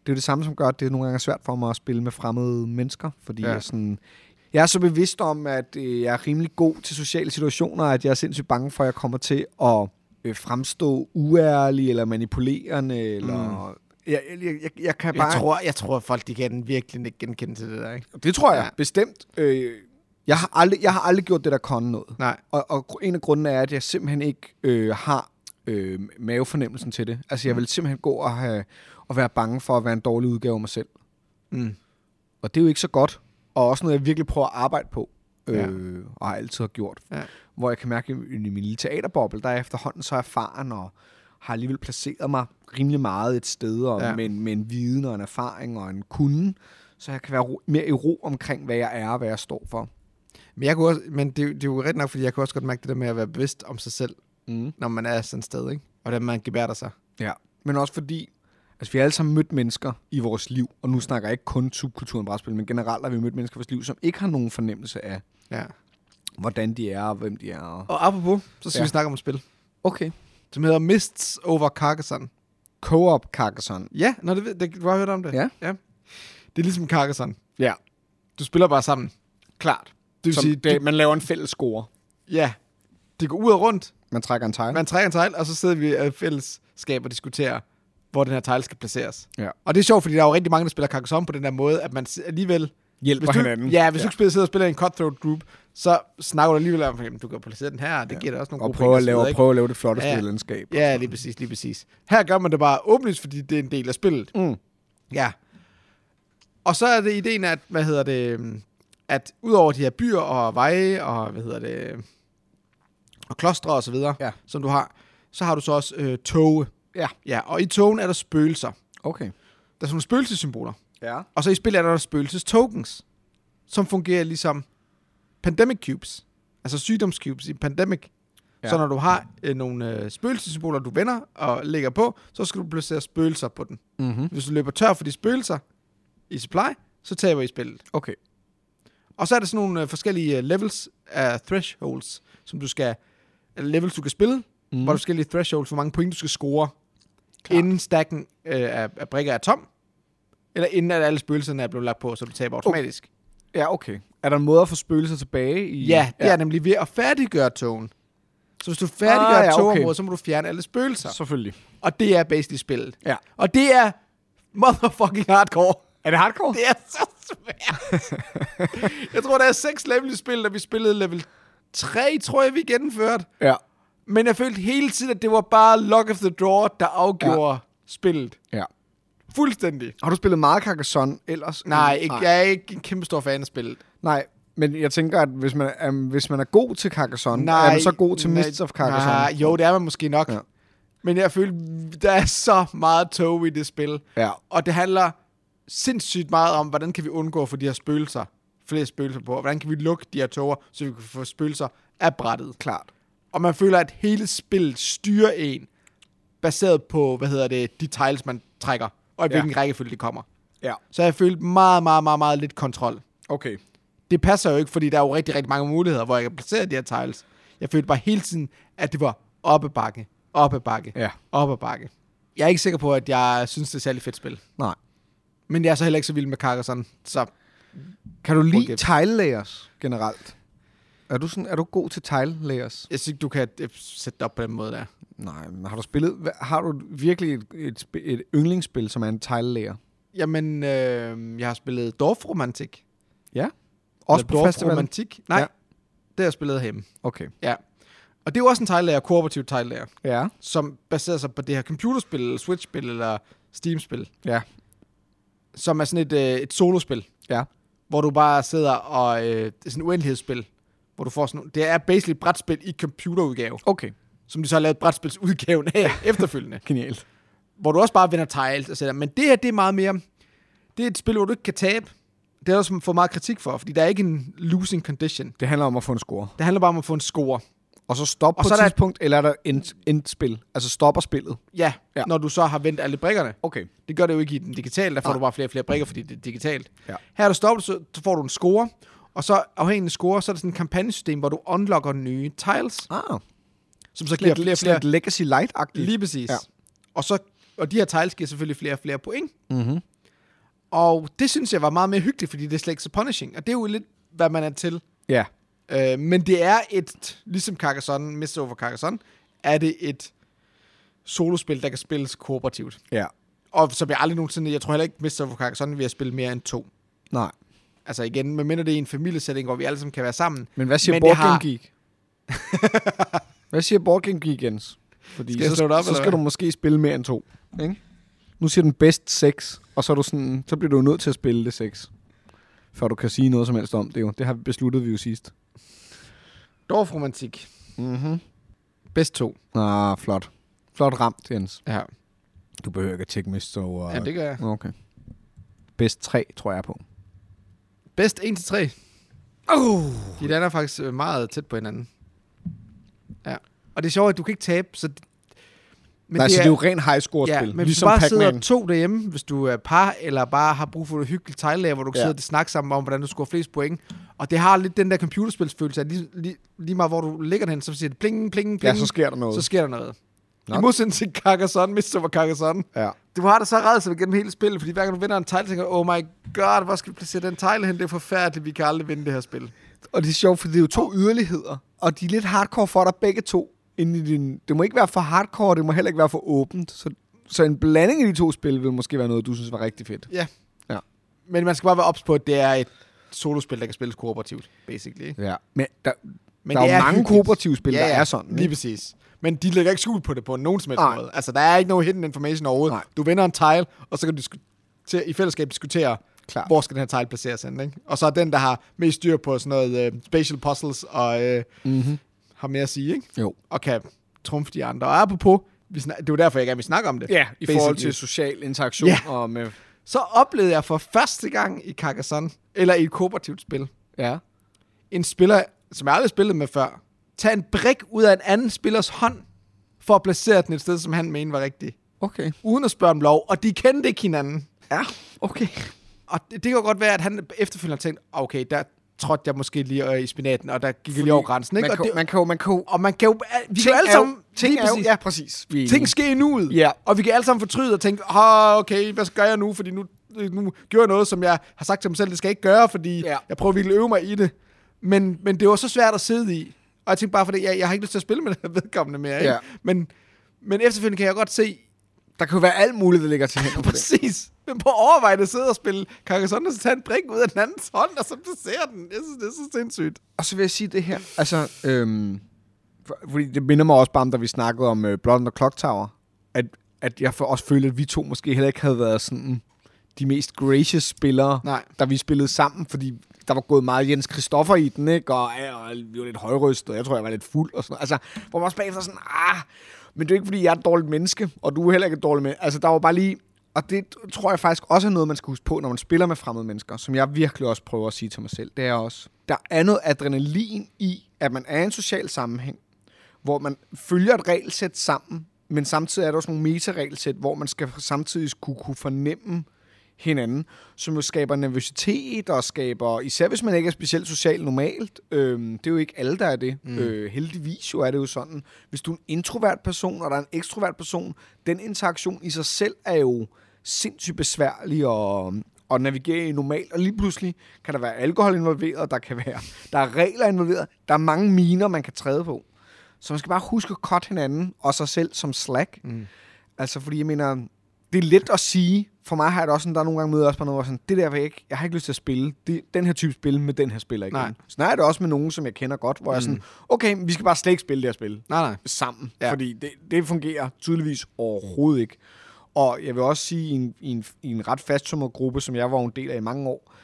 S2: det er jo det samme, som gør, at det nogle gange er svært for mig at spille med fremmede mennesker, fordi ja.
S1: Ja.
S2: jeg sådan... Jeg er så bevidst om, at øh, jeg er rimelig god til sociale situationer, at jeg er sindssygt bange for, at jeg kommer til at øh, fremstå uærlig eller manipulerende, eller... Mm. Jeg, jeg, jeg, jeg kan bare...
S1: Jeg tror, jeg tror folk de kan virkelig ikke genkende til det der, ikke?
S2: Det tror jeg, ja.
S1: Ja.
S2: bestemt. Øh, jeg, har aldrig, jeg har aldrig gjort det der kon noget.
S1: Nej.
S2: Og, og gr- en af grundene er, at jeg simpelthen ikke øh, har øh, mavefornemmelsen til det. Altså, jeg
S1: Mm.
S2: vil simpelthen gå og, have, og være bange for at være en dårlig udgave af mig selv.
S1: Mm.
S2: Og det er jo ikke så godt. Og også noget, jeg virkelig prøver at arbejde på. Øh,
S1: Ja.
S2: Og har altid har gjort.
S1: Ja.
S2: Hvor jeg kan mærke, at i min lille teaterboble, der er jeg efterhånden så erfaren og har alligevel placeret mig rimelig meget et sted, og ja.
S1: Ja.
S2: med, en, med en viden og en erfaring og en kunde, så jeg kan være ro, mere i ro omkring, hvad jeg er og hvad jeg står for.
S1: Men, jeg kunne også, men det, er jo- det er jo ret nok, fordi jeg kunne også godt mærke det der med at være bevidst om sig selv,
S2: Mm.
S1: når man er sådan et sted, ikke? Og hvordan man gebærder sig.
S2: Ja. Men også fordi, Altså, vi har alle sammen mødt mennesker i vores liv, og nu snakker jeg ikke kun subkulturen brætspil, men generelt har vi mødt mennesker i vores liv, som ikke har nogen fornemmelse af,
S1: Ja.
S2: hvordan de er og hvem de er. Og...
S1: Og apropos, så skal
S2: Ja.
S1: ja. vi snakke om et spil,
S2: Okay.
S1: som hedder Mists Over Carcassonne.
S2: Co-op Carcassonne.
S1: Ja, nå, det, ved- det, du har hørt om det.
S2: Ja.
S1: ja. Det er ligesom Carcassonne.
S2: Ja.
S1: Du spiller bare sammen.
S2: Klart.
S1: Det vil
S2: Som
S1: sige,
S2: det,
S1: det,
S2: man laver en fælles score.
S1: ja, det går ud og rundt.
S2: Man trækker en tegl.
S1: Man trækker en tegl, og så sidder vi i fællesskab og diskuterer, hvor den her tegl skal placeres.
S2: Ja.
S1: Og det er sjovt, fordi der er jo rigtig mange, der spiller Carcassonne på den der måde, at man si- alligevel...
S2: Hjælper
S1: hvis du,
S2: hinanden.
S1: Ja, hvis ja. du ikke spiller, sidder og spiller i en cutthroat group, så snakker du alligevel om, at du kan placere den her, og det ja. giver dig også nogle
S2: og
S1: gode
S2: prøver
S1: penge
S2: at, lave,
S1: videre, ikke?
S2: prøver at lave det flotteste
S1: Ja,
S2: ja.
S1: ja.
S2: landskab.
S1: Ja, lige præcis, lige præcis. Her gør man det bare åbenlyst, fordi det er en del af spillet.
S2: Mm.
S1: Ja. Og så er det ideen, at, hvad hedder det, øhm, at udover de her byer og veje og, hvad hedder det, og klostre og så videre,
S2: Ja.
S1: som du har, så har du så også øh, toge.
S2: Ja.
S1: Ja, og i togen er der spøgelser.
S2: Okay.
S1: Der er sådan nogle spøgelsessymboler.
S2: Ja.
S1: Og så i spillet er der spøgelsestokens, som fungerer ligesom pandemic cubes, altså sygdomscubes i pandemic.
S2: Ja.
S1: Ja. Så når du har øh, nogle øh, spøgelsessymboler, du vender og lægger på, så skal du placere spøgelser på den.
S2: Mm-hmm.
S1: Hvis du løber tør for de spøgelser i supply, så taber I spillet.
S2: Okay.
S1: Og så er der sådan nogle øh, forskellige øh, levels af thresholds, som du skal, eller levels du kan spille,
S2: Mhm.
S1: mm. hvor der er forskellige thresholds, hvor mange point du skal score,
S2: Klart.
S1: Klart. inden stakken øh, af, af brikker er tom, eller inden at alle spøgelserne er blevet lagt på, så du
S2: Oh.
S1: taber automatisk.
S2: Ja, okay. Er der en måde at få spøgelser tilbage? I...
S1: Ja, det ja. er nemlig ved at færdiggøre togen. Så hvis du færdiggør
S2: Ah, ja,
S1: ah, ja,
S2: okay.
S1: togområdet, så må du fjerne alle spøgelser.
S2: Selvfølgelig.
S1: Og det er basically spillet.
S2: Ja.
S1: Og det er motherfucking hardcore.
S2: Er det hardcore?
S1: Det er så svært. jeg tror, der er seks level i spillet, og vi spillede level 3, tror jeg, vi gennemførte.
S2: Ja.
S1: Men jeg følte hele tiden, at det var bare luck of the draw, der afgjorde ja. spillet.
S2: ja.
S1: Fuldstændig.
S2: Har du spillet meget Carcassonne ellers?
S1: Nej,
S2: Mm,
S1: ikke, jeg er ikke en kæmpe stor fan af spillet.
S2: Nej, men jeg tænker, at hvis man, um, hvis man er god til Carcassonne,
S1: Nej,
S2: er man så god til
S1: nej,
S2: Mists of Carcassonne?
S1: Nej, jo, det er man måske nok.
S2: Ja.
S1: Ja. Men jeg føler, der er så meget tog i det spil.
S2: Ja.
S1: Og det handler sindssygt meget om, hvordan kan vi undgå for de her spøgelser, flere spøgelser på, og hvordan kan vi lukke de her toger, så vi kan få spøgelser af brættet. Klart. Og man føler, at hele spillet styrer en, baseret på, hvad hedder det, de tiles, man trækker, og i
S2: Ja.
S1: hvilken rækkefølge de kommer.
S2: Ja,
S1: Så jeg følte meget, meget, meget, meget lidt kontrol
S2: okay.
S1: det passer jo ikke, fordi der er jo rigtig, rigtig mange muligheder, hvor jeg kan placere de her tiles. Jeg følte bare hele tiden, at det var op ad bakke, op ad bakke,
S2: Ja.
S1: op ad bakke. Jeg er ikke sikker på, at jeg synes, det er et særlig fedt spil.
S2: Nej.
S1: Men jeg er så heller ikke så vild med Carcassonne, så
S2: Kan du lide
S1: Okay.
S2: tile layers generelt? Er du, sådan, er du god til tile layers?
S1: jeg synes ikke, du kan øh, sætte det op på den måde der.
S2: Nej, men har du spillet... hva- Har du virkelig et, et, sp- et yndlingsspil, som er en tile layer?
S1: Jamen, øh, jeg har spillet Dorf Romantik.
S2: Ja. Også
S1: Eller
S2: på festivalen?
S1: Romantik. Nej,
S2: Ja.
S1: ja. det har jeg spillet hjemme.
S2: Okay.
S1: Ja. Og det er jo også en teglærer, kooperativ teglærer,
S2: Ja.
S1: som baserer sig på det her computerspil, eller Switch-spil, eller Steam-spil,
S2: Ja.
S1: som er sådan et, øh, et solospil.
S2: Ja.
S1: hvor du bare sidder og... Øh, det er sådan et uendelighedsspil, hvor du får sådan... nogle- Det er basically et brætspil i computerudgave,
S2: Okay.
S1: som de så har lavet brætspilsudgaven af efterfølgende.
S2: Genialt.
S1: Hvor du også bare vinder tiles og sådan Men det her, det er meget mere... Det er et spil, hvor du ikke kan tabe. Det er der også for meget kritik for, fordi der er ikke en losing condition.
S2: Det handler om at få en score.
S1: Det handler bare om at få en score.
S2: Og så stop
S1: Og
S2: på
S1: så
S2: et
S1: er der-
S2: tidspunkt, eller er der end, endspil? Altså stopper spillet?
S1: Ja,
S2: Ja.
S1: ja, når du så har vendt alle brikkerne.
S2: Okay.
S1: Det gør det jo ikke i den digitale, der får
S2: Nej.
S1: Nej. du bare flere og flere brikker, fordi det er digitalt.
S2: Ja.
S1: Her er du stoppet, så så får du en score, og så afhængig af score, så er der sådan et kampagnesystem, hvor du unlocker nye tiles,
S2: Ah,
S1: som så
S2: lidt,
S1: giver flere og
S2: lidt,
S1: flere
S2: lidt Legacy Light-agtigt.
S1: Lige præcis.
S2: Ja.
S1: Ja. Og, så, og de her tiles giver selvfølgelig flere og flere point.
S2: Mm-hmm.
S1: Og det synes jeg var meget mere hyggeligt, fordi det er slet ikke så punishing. Og det er jo lidt, hvad man er til.
S2: Ja,
S1: Øh, men det er et, ligesom Carcassonne, Mist Over Carcassonne, er det et solospil, der kan spilles kooperativt.
S2: ja.
S1: Og som jeg aldrig nogensinde, jeg tror heller ikke, Mist Over Carcassonne vil jeg spille mere end to.
S2: Nej.
S1: Altså igen, medmindre det er i en familiesætning, hvor vi alle sammen kan være sammen.
S2: Men hvad siger
S1: Men
S2: Men
S1: det
S2: Board Game
S1: har-
S2: Geek? hvad siger Board Game Geek, Jens? Fordi
S1: Skal jeg
S2: så,
S1: slå det op,
S2: så
S1: eller
S2: skal du
S1: hvad?
S2: måske spille mere end to. Ikke? Nu siger den bedst seks, og så, er du sådan, så bliver du jo nødt til at spille det seks. Før du kan sige noget som helst om det jo. Det har vi besluttet vi jo sidst.
S1: Dorf Romantik.
S2: Mm-hmm.
S1: Bedst to.
S2: Ah, flot. Flot ramt, Jens.
S1: Ja,
S2: Du behøver ikke at tjekke Mist over...
S1: ja det gør jeg.
S2: Okay. Bedst tre, tror jeg på.
S1: Bedst 1-3. Uh,
S2: Oh!
S1: De lander faktisk øh, meget tæt på hinanden. Ja. Og det er sjovt, at du kan ikke tabe, så
S2: Men Nej, det så er, det er jo ren high score spil, ja,
S1: men hvis du
S2: ligesom
S1: bare sidder
S2: Pac-Man.
S1: to derhjemme, hvis du er par, eller bare har brug for noget hyggeligt tegllag, hvor du kan
S2: Ja.
S1: sidde og snakke sammen om, hvordan du scorer flest point. Og det har lidt den der computerspilsfølelse, at lige, lige, lige meget hvor du ligger den, hen, så siger det pling, pling,
S2: Ja,
S1: pling,
S2: så sker der noget.
S1: så sker der noget.
S2: Nå.
S1: I modsætning til Carcassonne, Mr. Carcassonne.
S2: ja.
S1: Du har det så redsel gennem hele spillet, fordi hver gang du vinder en tegl, tænker du, oh my god, hvor skal vi placere den tegl hen? Det er forfærdeligt, vi kan aldrig vinde det her spil.
S2: Og det er sjovt, for det er jo to yderligheder, og de er lidt hardcore for dig begge to. Inde i din, det må ikke være for hardcore, og det må heller ikke være for åbent. Så, så en blanding af de to spil vil måske være noget, du synes var rigtig fedt.
S1: Ja.
S2: Ja.
S1: Men man skal bare være ops på, at det er et solospil, der kan spilles kooperativt, basically. ikke?
S2: Ja. Men der,
S1: Men
S2: Men der er
S1: det
S2: jo
S1: er
S2: mange
S1: hyggeligt.
S2: kooperative spil, ja, ja. der er sådan.
S1: Lige
S2: Ikke?
S1: præcis. Men de lægger ikke skjul på det på nogen som helst
S2: Nej.
S1: måde. Altså, der er ikke nogen hidden information overhovedet.
S2: Nej.
S1: Du vinder en tile, og så kan du diskutere, i fællesskab diskutere,
S2: Klart.
S1: hvor skal den her tile placeres hen, ikke? Og så er den, der har mest styr på sådan noget øh, spatial puzzles, og øh,
S2: Mm-hmm.
S1: har mere at sige, ikke?
S2: Jo.
S1: Og kan trumfe de andre. Og apropos, vi snak- det var derfor, jeg gerne vil snakke om det.
S2: Ja, i forhold
S1: Basically.
S2: til social interaktion
S1: Ja.
S2: ja. og med...
S1: Så oplevede jeg for første gang i Carcassonne, eller i et kooperativt spil,
S2: Ja.
S1: en spiller, som jeg aldrig har spillet med før, tage en brik ud af en anden spillers hånd, for at placere den et sted, som han mente var rigtigt.
S2: Okay.
S1: Uden at spørge om lov, og de kendte ikke hinanden.
S2: Ja, okay.
S1: Og det, det kan jo godt være, at han efterfølgende tænkte, okay, der trådte jeg måske lige øh, i spinaten, og der gik jeg lige over grænsen. Ikke?
S2: Man
S1: og,
S2: kan,
S1: det,
S2: man kan, jo- man kan, jo-
S1: og man kan jo, vi kan
S2: ting
S1: jo alle
S2: er jo-
S1: sammen,
S2: ting
S1: lige
S2: er jo,
S1: præcis.
S2: ja, præcis. Vi er
S1: ting
S2: enige.
S1: sker i nuet.
S2: Ja.
S1: Og vi kan alle sammen fortryde og tænke, åh, okay, hvad gør jeg nu? Fordi nu, nu gjorde jeg noget, som jeg har sagt til mig selv, det skal jeg ikke gøre, fordi ja.
S2: Ja.
S1: jeg prøver virkelig at øve mig i det. Men, men det var så svært at sidde i. Og jeg tænkte bare, fordi jeg, jeg har ikke lyst til at spille med den her vedkommende mere. Ikke?
S2: Ja.
S1: Men, men efterfølgende kan jeg godt se,
S2: Der kan jo være alt muligt, der ligger til hænder på det.
S1: præcis, men på overvejende sidde og spille Carcassonne, og så tage en brik ud af den andens hånd, og så placere den. Jeg synes, det er så sindssygt.
S2: Og så vil jeg sige det her. Altså, øhm, for- fordi det minder mig også bare om, da vi snakkede om øh, Blond og Clock Tower, at, at jeg for, også følte, at vi to måske heller ikke havde været sådan de mest gracious spillere,
S1: Nej.
S2: da vi spillede sammen, fordi der var gået meget Jens Christoffer i den, ikke? Og, ja, og vi var lidt højrystet, og jeg tror, jeg var lidt fuld og sådan noget. Altså, hvor man også bagefter sådan, ah, men det er jo ikke, fordi jeg er et dårligt menneske, og du er heller ikke et dårligt menneske. Altså, der var bare lige... Og det tror jeg faktisk også er noget, man skal huske på, når man spiller med fremmede mennesker, som jeg virkelig også prøver at sige til mig selv. Det er også, der er noget adrenalin i, at man er i en social sammenhæng, hvor man følger et regelsæt sammen, men samtidig er der også nogle metaregelsæt, hvor man skal samtidig kunne, kunne fornemme hinanden, som jo skaber nervøsitet og skaber, især hvis man ikke er specielt socialt normalt, øhm, det er jo ikke alle, der er det. Mm. Øh, heldigvis jo er det jo sådan. Hvis du er en introvert person, og der er en ekstrovert person, den interaktion i sig selv er jo sindssygt besværlig og, og navigere i normalt, og lige pludselig kan der være alkohol involveret, der kan være, der er regler involveret, der er mange miner, man kan træde på. Så man skal bare huske at cutte hinanden og sig selv som slack. Mm. Altså, fordi jeg mener, det er let at sige. For mig har jeg det også sådan, der er nogle gange møder jeg også på noget, hvor jeg er sådan, det der vil jeg ikke, jeg har ikke lyst til at spille det, den her type spil med den her spiller igen.
S1: Nej.
S2: Nej. Sådan er det også med nogen, som jeg kender godt, hvor mm. jeg er sådan, okay, vi skal bare slet ikke spille det her spil
S1: Nej, nej.
S2: sammen,
S1: Ja.
S2: ja. fordi det, det fungerer tydeligvis overhovedet ikke. Og jeg vil også sige, i en, i en, i en ret fastsummet gruppe, som jeg var en del af i mange år,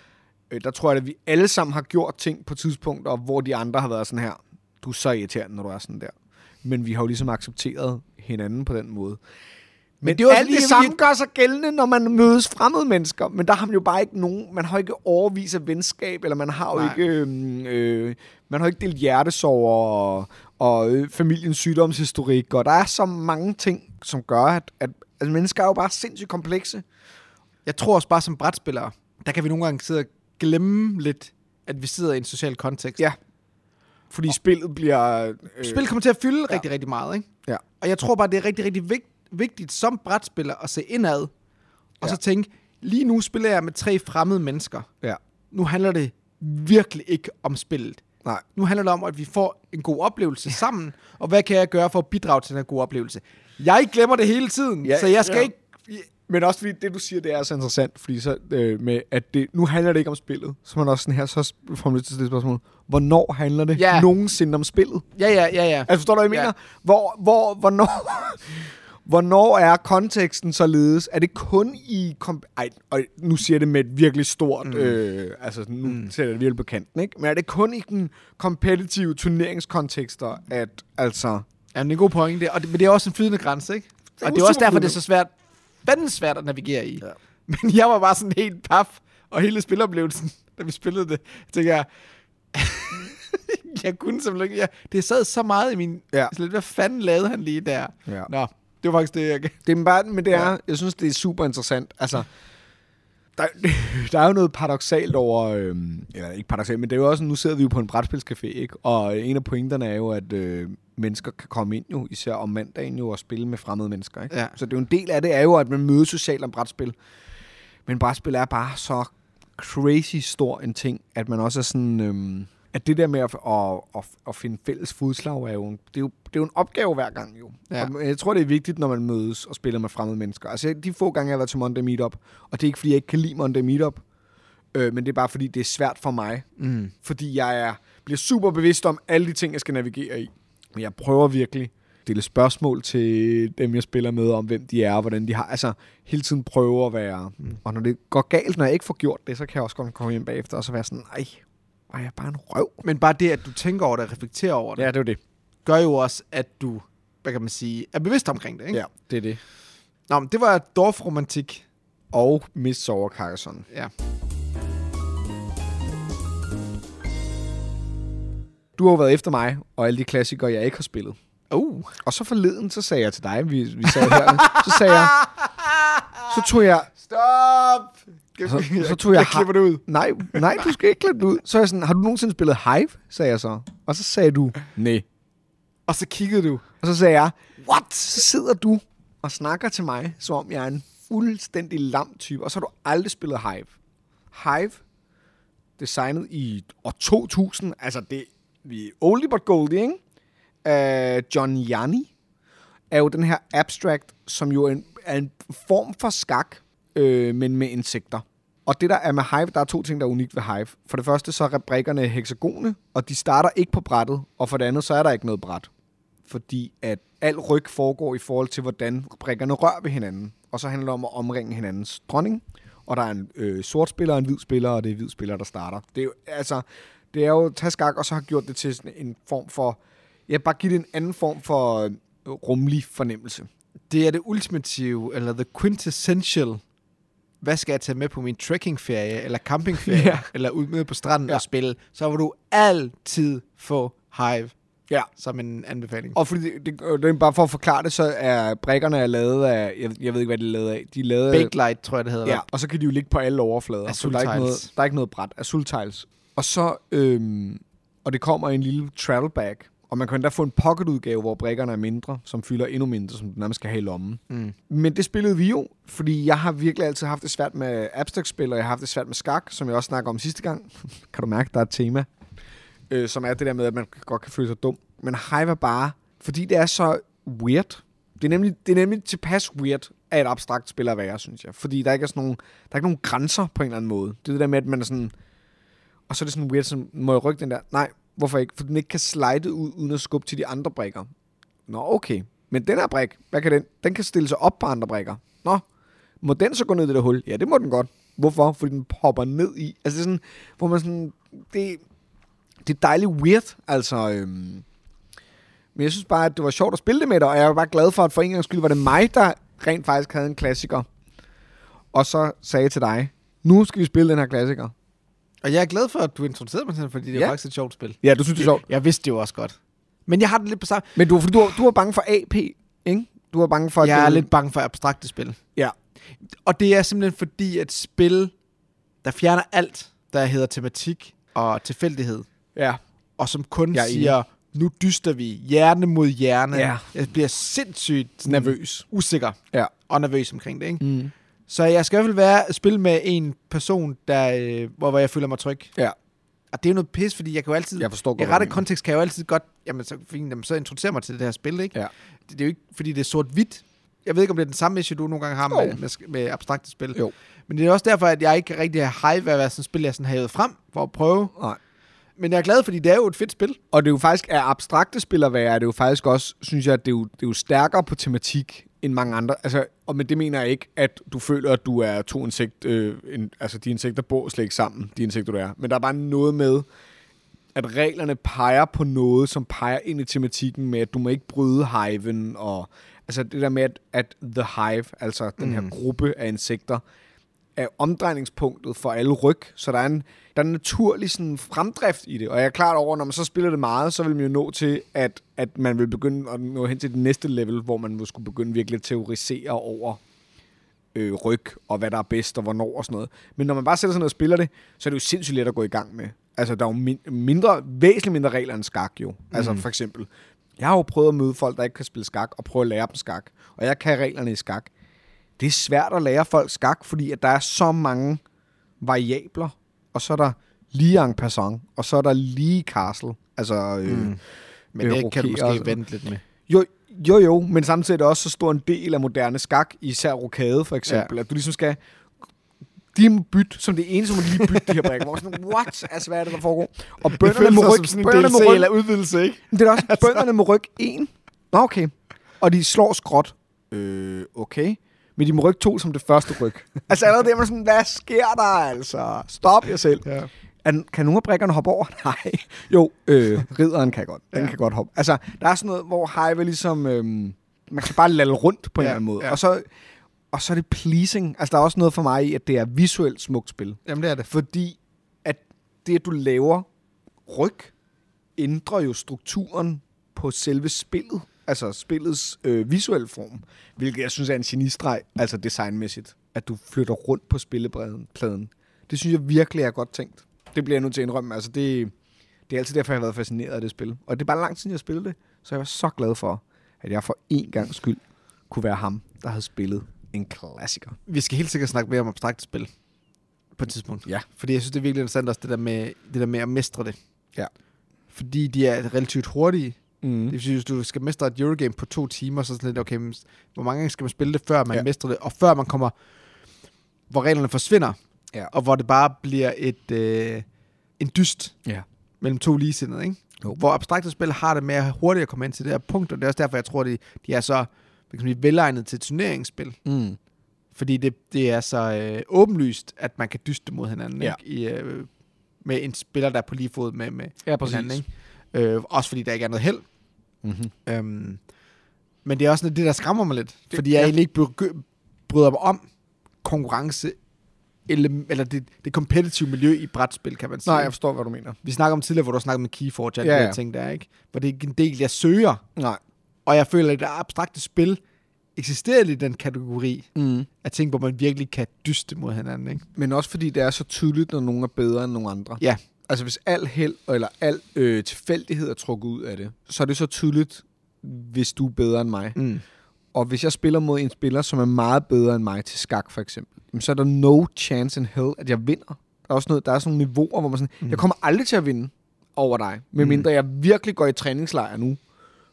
S2: øh, der tror jeg, at vi alle sammen har gjort ting på tidspunkter, hvor de andre har været sådan her, du er så irriterende, når du er sådan der. Men vi har jo ligesom accepteret hinanden på den måde. Men, Men det
S1: er jo
S2: alt
S1: lige-
S2: det samme gør sig gældende, når man mødes fremmede mennesker. Men der har man jo bare ikke nogen... Man har jo ikke overvis af venskab, eller man har jo
S1: Nej.
S2: ikke... Øhm, øh, man har jo ikke delt hjertesover og, og øh, familiens sygdomshistorik. Og der er så mange ting, som gør, at, at altså, mennesker er jo bare sindssygt komplekse.
S1: Jeg tror også bare som brætspillere, der kan vi nogle gange sidde og glemme lidt, at vi sidder i en social kontekst.
S2: Ja. Fordi spillet bliver... Øh,
S1: Spil kommer til at fylde ja. rigtig, rigtig meget, ikke?
S2: Ja.
S1: Og jeg tror bare, det er rigtig, rigtig vigt, vigtigt som brætspiller at se indad, og ja.
S2: Ja.
S1: så tænke, lige nu spiller jeg med tre fremmede mennesker.
S2: Ja.
S1: Nu handler det virkelig ikke om spillet.
S2: Nej.
S1: Nu handler det om, at vi får en god oplevelse ja. sammen, og hvad kan jeg gøre for at bidrage til den her gode oplevelse? Jeg glemmer det hele tiden, ja,
S2: Ja,
S1: så jeg skal ja.
S2: ja.
S1: ikke...
S2: Men også fordi det, du siger, det er så interessant, fordi så, øh, med, at det, nu handler det ikke om spillet. Så er man også sådan her, så sp- får man lyst til det spørgsmål. Hvornår handler det
S1: Ja.
S2: nogensinde om spillet?
S1: Ja, ja, ja, ja.
S2: Altså, forstår du, hvad jeg
S1: Ja.
S2: mener? Hvor, hvor, hvornår, hvornår er konteksten således? Er det kun i... Kom- Ej, og nu siger jeg det med et virkelig stort... Mm. Øh, altså, nu mm. sætter jeg det virkelig på kanten, ikke? Men er det kun i den kompetitive turneringskontekster, at altså...
S1: Ja, men det er en god pointe, og det, men det er også en flydende grænse, ikke?
S2: er
S1: og
S2: jo
S1: det er også
S2: super
S1: derfor, det er
S2: flydende.
S1: så svært, fandens svært at navigere i. Ja. Men jeg var bare sådan helt paf, og hele spiloplevelsen, da vi spillede det, tænker jeg, jeg kunne simpelthen ikke, jeg, det sad så meget i min, ja.
S2: Ja.
S1: slet, hvad fanden lavede han lige der?
S2: Ja.
S1: Nå, Det var faktisk det, jeg gav.
S2: Det er bare, men det er, ja. jeg synes, det er super interessant. Altså, der, der er jo noget paradoxalt over, øh, eller ikke paradoxalt, men det er jo også, nu sidder vi jo på en brætspilscafé, ikke? Og en af pointerne er jo, at øh, mennesker kan komme ind jo, især om mandagen jo, og spille med fremmede mennesker, ikke?
S1: Ja.
S2: Så det er jo en del af det, er jo, at man mødes socialt om brætspil. Men brætspil er bare så crazy stor en ting, at man også er sådan... Øh, at det der med at, at, at, at finde fælles fodslag, er jo, en, det er jo, det er jo en opgave hver gang jo.
S1: Ja.
S2: Og jeg tror, det er vigtigt, når man mødes og spiller med fremmede mennesker. Altså, de få gange, jeg har været til Monday Meetup, og det er ikke, fordi jeg ikke kan lide Monday Meetup, øh, men det er bare, fordi det er svært for mig.
S1: Mm.
S2: Fordi jeg er, bliver super bevidst om alle de ting, jeg skal navigere i. Men jeg prøver virkelig at stille spørgsmål til dem, jeg spiller med, om hvem de er, og hvordan de har. Altså, hele tiden prøve at være... Mm. Og når det går galt, når jeg ikke får gjort det, så kan jeg også godt komme hjem bagefter, og så være sådan, nej, var jeg bare en røv.
S1: Men bare det, at du tænker over det og reflekterer over det,
S2: Ja, det er jo det.
S1: gør jo også, at du, hvad kan man sige, er bevidst omkring det, ikke?
S2: Ja, det er det.
S1: Nå, men det var dorfromantik.
S2: Og Miss Sora Carson.
S1: Ja.
S2: Du har jo været efter mig, og alle de klassikere, jeg ikke har spillet.
S1: Uh.
S2: Og så forleden, så sagde jeg til dig, vi, vi sad her, så sagde jeg, så tog jeg,
S1: Stop!
S2: så, så tog jeg,
S1: jeg klipper det ud.
S2: Nej, nej, du skal ikke klippe det ud. Så er jeg sådan, har du nogensinde spillet Hive, sagde jeg så. Og så sagde du, nej.
S1: Og så kiggede du.
S2: Og så sagde jeg, what? Så sidder du og snakker til mig, som om jeg er en fuldstændig lam type, og så har du aldrig spillet Hive. Hive, designet i år 2000, altså det, vi er oldie but goldie, ikke? Øh, John Yanni er jo den her abstract, som jo er en, er en form for skak, øh, men med insekter. Og det der er med Hive, der er to ting, der er unikt ved Hive. For det første, så er brikkerne hexagone, og de starter ikke på brættet, og for det andet, så er der ikke noget bræt fordi at al ryg foregår i forhold til, hvordan brikkerne rører ved hinanden. Og så handler det om at omringe hinandens dronning. Og der er en øh, sort spiller og en hvid spiller, og det er hvid spiller, der starter. Det er jo, altså, det er jo at tage skak, og så har gjort det til sådan en form for... Ja, bare give det en anden form for øh, rumlig fornemmelse.
S1: Det er det ultimative, eller the quintessential. Hvad skal jeg tage med på min trekkingferie, eller campingferie,
S2: Ja.
S1: eller ud med på stranden
S2: Ja.
S1: ja. og spille? Så vil du altid få Hive
S2: Ja.
S1: som en anbefaling.
S2: Og fordi det, det, øh, det, er bare for at forklare det, så er brikkerne er lavet af... Jeg, jeg ved ikke, hvad de er lavet af. De er lavet af-
S1: Bakelite, tror jeg, det hedder.
S2: Ja, og så kan de jo ligge på alle overflader.
S1: Azul
S2: så der er, ikke
S1: tiles.
S2: noget, der er ikke noget bræt. Azul tiles. Og så, øhm, og det kommer i en lille travel bag, og man kan endda få en pocketudgave, hvor brækkerne er mindre, som fylder endnu mindre, som du nærmest skal have i lommen.
S1: Mm.
S2: Men det spillede vi jo, fordi jeg har virkelig altid haft det svært med abstract-spil, og jeg har haft det svært med skak, som jeg også snakkede om sidste gang. kan du mærke, der er et tema? Øh, som er det der med, at man godt kan føle sig dum. Men Hive er bare, fordi det er så weird. Det er nemlig, det er nemlig tilpas weird af et abstrakt spil at være, synes jeg. Fordi der ikke er sådan nogen, der er ikke nogen grænser på en eller anden måde. Det er det der med, at man er sådan... Og så er det sådan weird, som, må jeg rykke den der? Nej, hvorfor ikke? For den ikke kan slide ud, uden at skubbe til de andre brikker. Nå, okay. Men den her brik, hvad kan den? Den kan stille sig op på andre brikker. Nå, må den så gå ned i det der hul? Ja, det må den godt. Hvorfor? Fordi den popper ned i. Altså, det er sådan, hvor man sådan, det, det er dejligt weird, altså. Øhm. Men jeg synes bare, at det var sjovt at spille det med dig, og jeg var bare glad for, at for en gang skyld var det mig, der rent faktisk havde en klassiker. Og så sagde jeg til dig, nu skal vi spille den her klassiker.
S1: Og jeg er glad for, at du introducerede mig til den, fordi det er
S2: Ja.
S1: faktisk et sjovt spil.
S2: Ja, du synes, det er sjovt.
S1: Jeg vidste det jo også godt. Men jeg har det lidt på samme...
S2: Men du, fordi du, var- du var bange for AP, ikke? Du var bange for, at
S1: Jeg
S2: det,
S1: er lidt bange for abstrakte spil.
S2: Ja.
S1: Og det er simpelthen fordi, at spil, der fjerner alt, der hedder tematik og tilfældighed,
S2: Ja.
S1: og som kun
S2: Jeg er
S1: jeg
S2: enig.
S1: siger, nu dyster vi hjerne mod hjerne.
S2: Ja.
S1: Jeg bliver sindssygt sådan
S2: Nervøs.
S1: usikker
S2: Ja.
S1: og nervøs omkring det. Ikke?
S2: Mm.
S1: Så jeg skal i hvert fald være, spille med en person, der, øh, hvor, hvor jeg føler mig tryg.
S2: Ja.
S1: Og det er jo noget pis, fordi jeg kan jo altid...
S2: Jeg forstår godt,
S1: I
S2: hvad du
S1: rette
S2: mener.
S1: kontekst kan jeg jo altid godt... Jamen, så, fint, jamen, så introducerer mig til det her spil, ikke?
S2: Ja.
S1: Det, det er jo ikke, fordi det er sort-hvidt. Jeg ved ikke, om det er den samme issue, du nogle gange har
S2: Jo.
S1: med, med, sk- med abstrakte spil.
S2: Jo.
S1: Men det er også derfor, at jeg ikke rigtig har hype af, hvad sådan et spil, jeg sådan har hævet frem for at prøve.
S2: Nej.
S1: Men jeg er glad, fordi det er jo et fedt spil.
S2: Og det er jo faktisk, af abstrakte spillere være, er det jo faktisk også, synes jeg, at det er jo, det er jo stærkere på tematik end mange andre. Altså, og med det mener jeg ikke, at du føler, at du er to insekt, øh, en, altså de insekter bor slet ikke sammen, de insekter du er. Men der er bare noget med, at reglerne peger på noget, som peger ind i tematikken med, at du må ikke bryde hiven, og altså det der med, at, at the hive, altså den her gruppe af insekter, er omdrejningspunktet for alle ryg, så der er en, der er en naturlig sådan fremdrift i det. Og jeg er klar over, når man så spiller det meget, så vil man jo nå til, at, at man vil begynde at nå hen til det næste level, hvor man må skulle begynde virkelig at teorisere over øh, ryg, og hvad der er bedst, og hvornår og sådan noget. Men når man bare sætter sig ned og spiller det, så er det jo sindssygt let at gå i gang med. Altså, der er jo min- mindre, væsentligt mindre regler end skak jo. Altså,
S1: Mhm.
S2: for eksempel, jeg har jo prøvet at møde folk, der ikke kan spille skak, og prøve at lære dem skak. Og jeg kan reglerne i skak. Det er svært at lære folk skak, fordi at der er så mange variabler, og så er der lige en passant, og så er der lige castle. Altså, øh, mm.
S1: Men det kan du måske vente lidt med.
S2: Jo, jo, jo, men samtidig er det også så stor en del af moderne skak, især rokade for eksempel, ja. at du ligesom skal de må bytte, som det eneste, som man lige bytte de her brækker. Hvor sådan, what? Altså, hvad er det, der foregår? Og bønderne må rykke, bønderne må rykke,
S1: udvidelse, ikke?
S2: det er da også, bønderne må rykke en. Nå, okay. Og de slår skråt. Øh, okay. Men de må rykke to som det første ryg. altså allerede der, man er sådan, hvad sker der altså? Stop jer selv.
S1: Ja.
S2: Er den- Kan nogle af brækkerne hoppe over? Nej. Jo, øh, ridderen kan godt. Den ja. kan godt hoppe. Altså, der er sådan noget, hvor Hive ligesom... Øh, man kan bare lalle rundt på en
S1: Ja,
S2: eller anden måde.
S1: ja.
S2: Ja. Og, så, og så er det pleasing. Altså, der er også noget for mig i, at det er visuelt smukt spil.
S1: Jamen, det er det.
S2: Fordi at det, at du laver ryg, ændrer jo strukturen på selve spillet. Altså spillets øh, visuelle form. Hvilket jeg synes er en genistreg, altså designmæssigt. At du flytter rundt på spillepladen. pladen. Det synes jeg virkelig er godt tænkt. Det bliver jeg nødt til at indrømme. Altså det, det er altid derfor, jeg har været fascineret af det spil. Og det er bare lang tid, siden jeg spillede det. Så jeg var så glad for, at jeg for én gang skyld kunne være ham, der havde spillet en klassiker.
S1: Vi skal helt sikkert snakke mere om abstrakt spil på et tidspunkt.
S2: Ja.
S1: Fordi jeg synes, det er virkelig interessant også, det der med, det der med at mestre det.
S2: Ja.
S1: Fordi de er relativt hurtige.
S2: Mm.
S1: Det vil sige, hvis du skal mestre et Eurogame på to timer, så er sådan lidt, okay, men hvor mange gange skal man spille det, før man ja.
S2: Ja.
S1: mestrer det, og før man kommer, hvor reglerne forsvinder,
S2: Ja.
S1: og hvor det bare bliver et, øh, en dyst
S2: Ja.
S1: mellem to ligesindede, ikke?
S2: Jo.
S1: Hvor abstrakte spil har det med at hurtigt at komme ind til det her punkt, og det er også derfor, jeg tror, de, de er så hvad kan man sige, velegnet til turneringsspil.
S2: Mm.
S1: Fordi det, det er så øh, åbenlyst, at man kan dyste mod hinanden,
S2: Ja.
S1: ikke? I, øh, med en spiller, der er på lige fod med, med
S2: Ja,
S1: hinanden, ikke? Øh, også fordi der ikke er noget held.
S2: Mm-hmm.
S1: Øhm, men det er også noget, det, der skræmmer mig lidt. Det,
S2: Det-
S1: fordi jeg
S2: ja.
S1: egentlig ikke begy- bryder mig om konkurrence, eller, eller det, det kompetitive miljø i brætspil, kan man sige.
S2: Nej, jeg forstår, hvad du mener.
S1: Vi snakker om tidligere, hvor du har snakket med Keyforge og ja,
S2: Ja,
S1: ja.
S2: ja.
S1: ting der, ikke? Hvor det er ikke en del, jeg søger.
S2: Nej.
S1: Og jeg føler, at det abstrakte spil eksisterer i den kategori
S2: Mm.
S1: af ting, hvor man virkelig kan dyste mod hinanden, ikke?
S2: Men også fordi det er så tydeligt, når nogen er bedre end nogen andre.
S1: Ja.
S2: Altså hvis al held eller al øh, tilfældighed er trukket ud af det, så er det så tydeligt, hvis du er bedre end mig.
S1: Mm.
S2: Og hvis jeg spiller mod en spiller, som er meget bedre end mig til skak for eksempel, jamen, så er der no chance in hell, at jeg vinder. Der er også noget, der er sådan nogle niveauer, hvor man sådan, mm. jeg kommer aldrig til at vinde over dig, medmindre jeg virkelig går i træningslejr nu,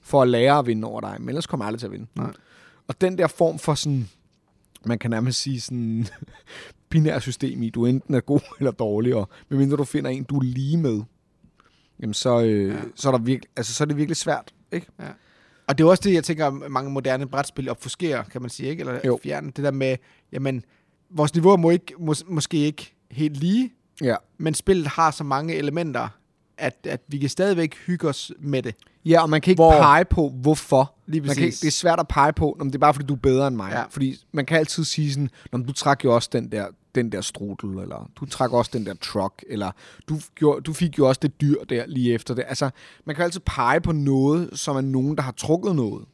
S2: for at lære at vinde over dig, men ellers kommer jeg aldrig til at vinde.
S1: Nej.
S2: Og den der form for sådan, man kan nærmest sige sådan, binær system i, du enten er god eller dårlig, og medmindre du finder en, du er lige med, jamen så, øh, ja. så, er, der virkelig, altså, så er det virkelig svært, ikke?
S1: Og det er jo også det, jeg tænker, mange moderne brætspil opfuskerer, kan man sige, ikke? Eller jo.
S2: Jo.
S1: fjerne det der med, jamen, vores niveauer må ikke, må, måske ikke helt lige,
S2: Ja.
S1: men spillet har så mange elementer, at, at vi kan stadigvæk hygge os med det.
S2: Ja, og man kan ikke
S1: Hvor-
S2: Hvor... pege på, hvorfor.
S1: Lige
S2: man kan
S1: præcis.
S2: ikke, det er svært at pege på, om det er bare, fordi du er bedre end mig.
S1: Ja.
S2: Ja. Fordi man kan altid sige sådan, "Nå, men du trak jo også den der, den der strudel, eller du trak også den der truck, eller du, gjorde, du fik jo også det dyr der lige efter det. Altså, man kan altid pege på noget, som er nogen, der har trukket noget.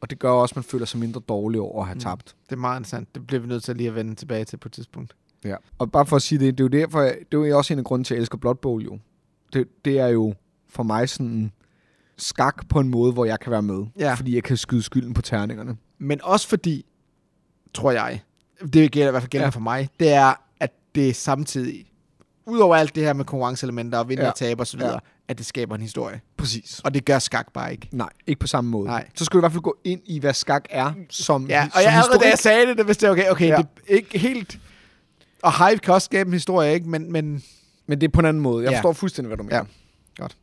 S2: Og det gør også, at man føler sig mindre dårlig over at have mm. tabt.
S1: Det er meget interessant. Det bliver vi nødt til lige at vende tilbage til på et tidspunkt.
S2: Ja. Og bare for at sige det, det er jo derfor, jeg, det er jo også en af grunden til, at jeg elsker Blood Bowl jo. Det, det er jo for mig sådan skak på en måde, hvor jeg kan være med.
S1: Ja.
S2: Fordi jeg kan skyde skylden på terningerne.
S1: Men også fordi, tror jeg, det gælder i hvert fald gælder ja.
S2: Ja.
S1: for mig, det er, at det samtidig, udover alt det her med konkurrenceelementer og vinder
S2: Ja.
S1: og tabe osv.,
S2: Ja.
S1: at det skaber en historie.
S2: Præcis.
S1: Og det gør skak bare ikke.
S2: Nej, ikke på samme måde.
S1: Nej.
S2: Så skal du i hvert fald gå ind i, hvad skak er som
S1: Ja,
S2: som
S1: og jeg, allerede da jeg
S2: historik.
S1: sagde det, det vidste jeg, okay, okay, ja.
S2: Ja.
S1: det er ikke helt... Og hype kan også skabe en historie, ikke? Men, men
S2: Men det er på en anden måde. Jeg
S1: Ja.
S2: ja. forstår fuldstændig, hvad du mener.
S1: Ja. Godt.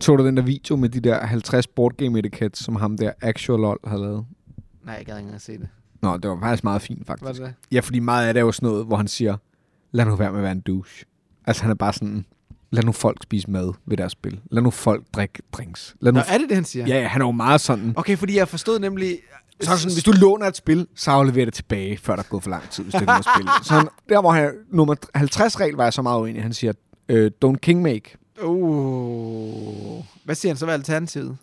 S2: Så du den der video med de der 50 boardgame etikets, som ham der Actual LOL havde lavet?
S1: Nej, jeg gad ikke engang se det.
S2: Nå, det var faktisk meget fint, faktisk.
S1: Var det det?
S2: Ja, fordi meget af det er jo sådan noget, hvor han siger, lad nu være med at være en douche. Altså han er bare sådan, lad nu folk spise mad ved deres spil. Lad nu folk drikke drinks. Lad nu
S1: Nå, er det det, han siger?
S2: Ja, ja, han er jo meget sådan.
S1: Okay, fordi jeg forstod nemlig...
S2: Så er det sådan, hvis du låner et spil, så afleverer det tilbage, før der er gået for lang tid, hvis det er noget spil. Så han, der hvor han, nummer 50-regel var jeg så meget uenig. Han siger, øh, don't kingmake.
S1: Uh. Hvad siger han så, hvad er alternativet?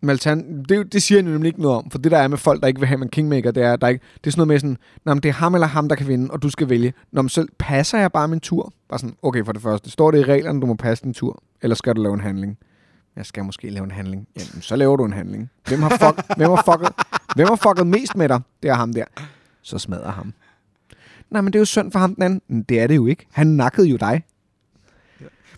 S2: Men altern- det, det siger han jo nemlig ikke noget om, for det der er med folk, der ikke vil have, at man kingmaker, det er, at der ikke, det er sådan noget med sådan, Nå, men det er ham eller ham, der kan vinde, og du skal vælge. Nå, men så passer jeg bare min tur. Bare sådan, okay, for det første, står det i reglerne, du må passe din tur, eller skal du lave en handling? Jeg skal måske lave en handling. Jamen, så laver du en handling. Hvem har, fuck, hvem har, fucket, hvem har fucket mest med dig? Det er ham der. Så smadrer ham. Nej, men det er jo synd for ham den anden. Men Det er det jo ikke. Han nakkede jo dig.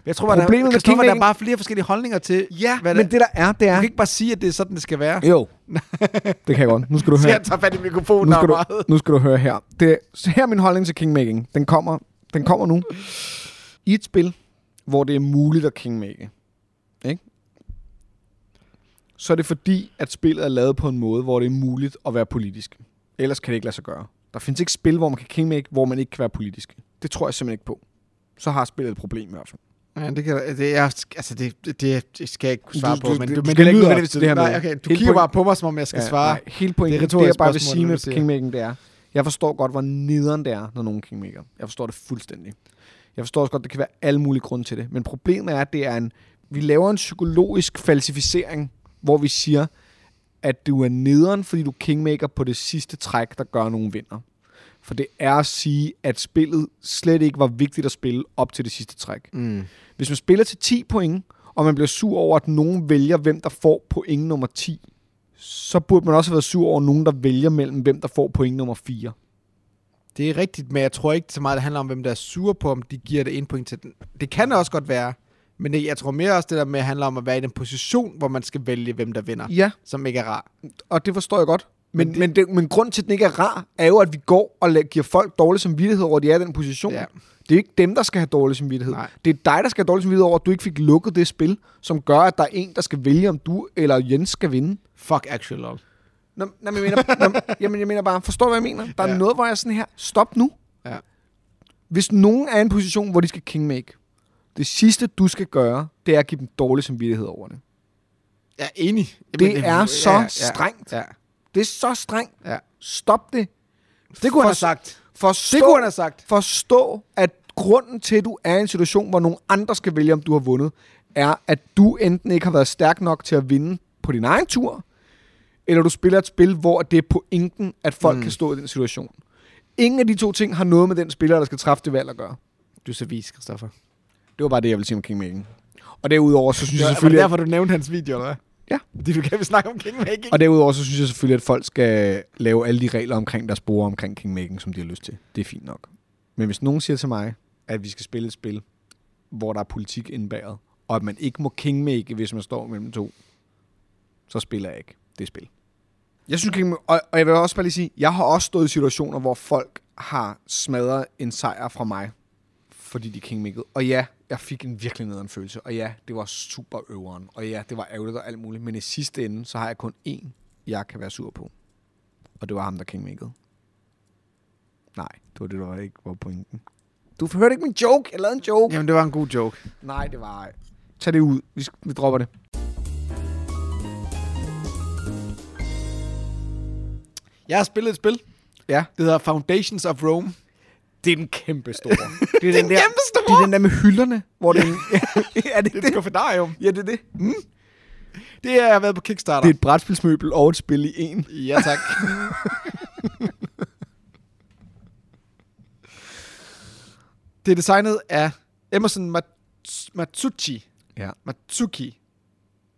S1: Jeg tror, man, der,
S2: Problemet med
S1: Christoffer, der er
S2: kingmaking-
S1: bare flere forskellige holdninger til,
S2: Ja,
S1: hvad
S2: men det der er, det
S1: Du
S2: er...
S1: kan ikke bare sige, at det er sådan, det skal være.
S2: Jo, det kan jeg godt. Nu skal du
S1: Så
S2: høre.
S1: jeg tager fat i mikrofonen
S2: nu skal,
S1: og
S2: du,
S1: meget.
S2: nu skal du høre her. Det, så her er min holdning til kingmaking. Den kommer, den kommer nu. I et spil, hvor det er muligt at kingmake, ikke? så er det fordi, at spillet er lavet på en måde, hvor det er muligt at være politisk. Ellers kan det ikke lade sig gøre. Der findes ikke spil, hvor man kan kingmake, hvor man ikke kan være politisk. Det tror jeg simpelthen ikke på. Så har spillet et problem i hvert fald.
S1: Ja, det, kan, det, jeg, altså, det, det, det skal jeg ikke kunne svare
S2: Du-
S1: på,
S2: du-
S1: men,
S2: du
S1: du, men
S2: skal
S1: det
S2: ikke
S1: lyder
S2: nødvendigvis til det her
S1: Nej,
S2: med-
S1: okay, du
S2: Hele
S1: kigger
S2: point-
S1: bare på mig, som om jeg skal svare.
S2: Nej, hele pointen,
S1: Det er
S2: det,
S1: et retorisk
S2: det jeg bare vil
S1: spørgsmål,
S2: sige
S1: det
S2: med
S1: du siger.
S2: kingmaking, det er, jeg forstår godt, hvor nederen det er, når nogen kingmaker. Jeg forstår det fuldstændig. Jeg forstår også godt, der kan være alle mulige grunde til det. Men problemet er, at det er en, vi laver en psykologisk falsificering, hvor vi siger, at du er nederen, fordi du kingmaker på det sidste træk, der gør nogen vinder. For det er at sige, at spillet slet ikke var vigtigt at spille op til det sidste træk.
S1: Mm.
S2: Hvis man spiller til 10 point, og man bliver sur over, at nogen vælger, hvem der får point nummer 10, så burde man også have været sur over nogen, der vælger mellem, hvem der får point nummer 4.
S1: Det er rigtigt, men jeg tror ikke så meget, det handler om, hvem der er sure på, om de giver det en point til den. Det kan også godt være, men det, jeg tror mere også, det der med handler om at være i den position, hvor man skal vælge, hvem der vinder,
S2: Ja,
S1: som ikke er rar.
S2: og det forstår jeg godt. Men,
S1: Men
S2: men,
S1: det-
S2: det... Men, det, men grund til, at den ikke er rar, er jo, at vi går og la- giver folk dårlig samvittighed over, at de er i den position.
S1: Ja.
S2: Ja. Det er ikke dem, der skal have dårlig samvittighed.
S1: Nej.
S2: Det er dig, der skal have dårlig samvittighed over, at du ikke fik lukket det spil, som gør, at der er en, der skal vælge, om du eller Jens skal vinde.
S1: Fuck actual love.
S2: Nå, nå, men jeg, mener, nå, jamen, jeg mener bare, forstår du, hvad jeg mener? Der er
S1: Ja.
S2: ja. noget, hvor jeg er sådan her, stop nu.
S1: Ja.
S2: Hvis nogen er i en position, hvor de skal kingmake, det sidste, du skal gøre, det er at give dem dårlig samvittighed over det.
S1: Jeg er enig. Jamen,
S2: Det er så
S1: ja, ja,
S2: strengt.
S1: Ja,
S2: Det er så strengt.
S1: ja.
S2: Stop det.
S1: Det kunne han have
S2: Forstå-
S1: sagt.
S2: Forstå,
S1: Det kunne han have sagt.
S2: forstå, at grunden til, at du er i en situation, hvor nogen andre skal vælge, om du har vundet, er, at du enten ikke har været stærk nok til at vinde på din egen tur, eller du spiller et spil, hvor det er pointen, at folk mm. kan stå i den situation. Ingen af de to ting har noget med den spiller, der skal træffe det valg at gøre.
S1: Du er så vis, Christoffer.
S2: Det var bare det, jeg ville sige om Kingmaking. Og derudover, så synes
S1: Det
S2: jeg
S1: var, var det
S2: selvfølgelig...
S1: derfor, du nævnte hans video, eller hvad?
S2: Ja.
S1: Fordi du kan vi snakke om kingmaking.
S2: Og derudover, så synes jeg selvfølgelig, at folk skal lave alle de regler omkring deres bruger omkring kingmaking, som de har lyst til. Det er fint nok. Men hvis nogen siger til mig, at vi skal spille et spil, hvor der er politik indbæret, og at man ikke må kingmake, hvis man står mellem to, så spiller jeg ikke det spil. Jeg synes, kingmake, og, og jeg vil også bare lige sige, jeg har også stået i situationer, hvor folk har smadret en sejr fra mig, fordi de kingmakede. Og ja, jeg fik en virkelig nederen følelse. Og ja, det var super øveren. Og ja, det var ærgerligt og alt muligt. Men i sidste ende, så har jeg kun én, jeg kan være sur på. Og det var ham, der kingmakede. Nej, det var det, der var ikke var pointen. Du hørte ikke min joke. Jeg lavede en joke.
S1: Jamen, det var en god joke.
S2: Nej, det var... Tag det ud. Vi, sk- vi dropper det.
S1: Jeg har spillet et spil.
S2: Ja.
S1: Det hedder Foundations of Rome.
S2: Det er den kæmpe store. det, er
S1: den
S2: der,
S1: kæmpestore.
S2: Det er den der med hylderne, hvor det er en,
S1: er det det? er et skuffedarium.
S2: Ja, det er det.
S1: Det er jeg har været på Kickstarter.
S2: Det er et brætspilsmøbel og et spil i en.
S1: Ja, tak. det er designet af Emerson Mats- Matsuchi.
S2: Ja.
S1: Matsuki.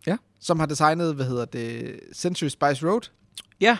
S2: Ja.
S1: Som har designet, hvad hedder det, Century Spice Road,
S2: Ja.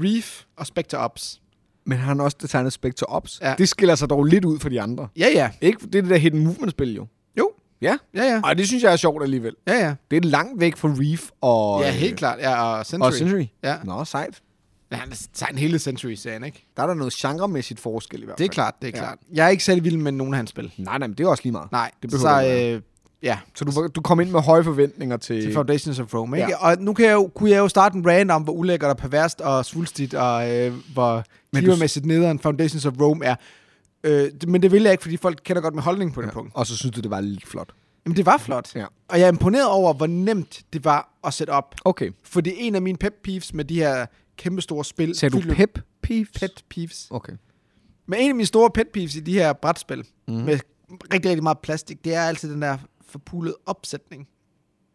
S1: Reef og Spectre Ops.
S2: Men han har også designet Spectre Ops.
S1: Ja.
S2: Ja. Det skiller sig dog lidt ud fra de andre.
S1: Ja, ja.
S2: Ikke? Det er det der Hidden Movement-spil jo.
S1: Jo.
S2: Ja.
S1: Ja, ja.
S2: Og det synes jeg er sjovt alligevel.
S1: Ja, ja.
S2: Det er langt væk fra Reef og... øh,
S1: Ja, helt klart. Ja, øh, og Century.
S2: Og Century.
S1: Ja.
S2: Nå, sejt.
S1: ja han har tegnet hele Century-serien, ikke?
S2: Der er der noget genremæssigt forskel i hvert
S1: Det
S2: fald.
S1: er klart, det er ja.
S2: Ja.
S1: klart. Jeg er ikke særlig vild med nogen af hans spil.
S2: Nej, nej, men det er også lige meget.
S1: Nej,
S2: det
S1: det
S2: behøver
S1: så
S2: du ikke
S1: øh, ja,
S2: Så du, du kom ind med høje forventninger til...
S1: til Foundations of Rome. Ikke?
S2: Ja.
S1: Og nu kan jeg jo, kunne jeg jo starte en rant om, hvor ulækkert og perverst og svulstigt og øh, hvor
S2: Men du-
S1: klimamæssigt nederen Foundations of Rome er. Øh, det- men det vil jeg ikke, fordi folk kender godt med holdning på det ja. punkt.
S2: Og så synes du, det var lidt flot.
S1: Jamen, det var flot.
S2: Ja.
S1: Og jeg er imponeret over, hvor nemt det var at sætte op.
S2: Okay.
S1: Fordi en af mine pep peeves med de her kæmpe store spil.
S2: Sagde du
S1: fyldt med
S2: pep peeves?
S1: Pet peeves.
S2: Okay.
S1: Men en af mine store pet peeves i de her brætspil,
S2: Mhm.
S1: mm. med rigtig, rigtig meget plastik, det er altid den der forpulede opsætning.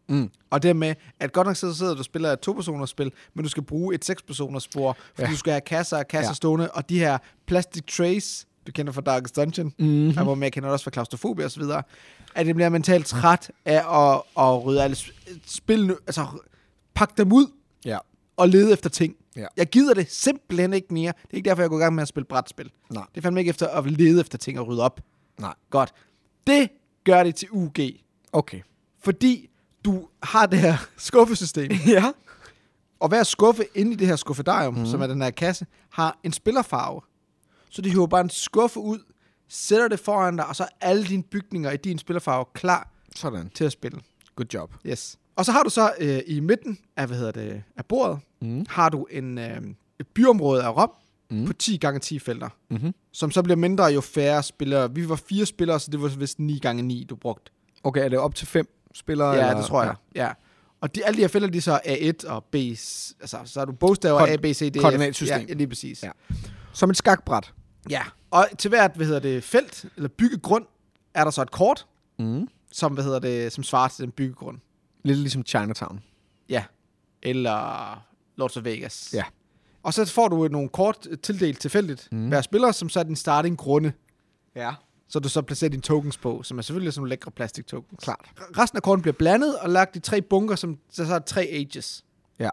S2: Mm.
S1: Og det med, at godt nok så sidder du og spiller et to-personers spil, men du skal bruge et seks-personers spor, fordi ja.
S2: Ja.
S1: du skal have kasser og kasser ja.
S2: Ja.
S1: stående, og de her plastic trays, du kender fra Darkest Dungeon,
S2: Mhm.
S1: mm-hmm. hvor man kender det også fra klaustrofobi og så videre, at det bliver mentalt træt af at, at rydde alle sp- spillene, altså pakke dem ud
S2: Ja.
S1: og lede efter ting.
S2: Ja.
S1: Jeg gider det simpelthen ikke mere. Det er ikke derfor, jeg går i gang med at spille brætspil.
S2: Nej.
S1: Det er fandme ikke efter at lede efter ting og rydde op.
S2: Nej.
S1: Godt. Det gør det til UG.
S2: Okay.
S1: Fordi du har det her skuffesystem.
S2: Ja.
S1: og hver skuffe inde i det her skuffedarium, mm. som er den her kasse, har en spillerfarve. Så de hiver bare en skuffe ud, sætter det foran dig, og så er alle dine bygninger i din spillerfarve klar
S2: Sådan.
S1: til at spille.
S2: Good job.
S1: Yes. Og så har du så øh, i midten af, hvad hedder det, af bordet, mm. har du en, øh, et byområde af Rom mm. på 10 gange 10 felter, mm-hmm. som så bliver mindre jo færre spillere. Vi var fire spillere, så det var vist 9 gange 9, du brugte.
S2: Okay, er det op til fem spillere?
S1: Ja,
S2: eller?
S1: det tror jeg. Ja. Og de, alle de her felter, de er så A1 og B, altså så har du bogstaver
S2: Koord-
S1: A, B, C, D, F.
S2: koordinatsystem.
S1: Ja, lige præcis.
S2: Ja. Som et skakbræt.
S1: Ja, og til hvert, hvad hedder det, felt, eller byggegrund, er der så et kort,
S2: Mm.
S1: som, hvad hedder det, som svarer til den byggegrund.
S2: Lidt ligesom Chinatown.
S1: Ja. Eller Lords of Vegas.
S2: Ja.
S1: Og så får du nogle kort øh, tildelt tilfældigt
S2: Mhm.
S1: mm. hver spiller, som så er din starting grunde.
S2: Ja.
S1: Så du så placerer dine tokens på, som er selvfølgelig sådan nogle lækre plastik tokens.
S2: Klart.
S1: R- Resten af kortene bliver blandet og lagt i tre bunker, som så, så er tre ages.
S2: Ja.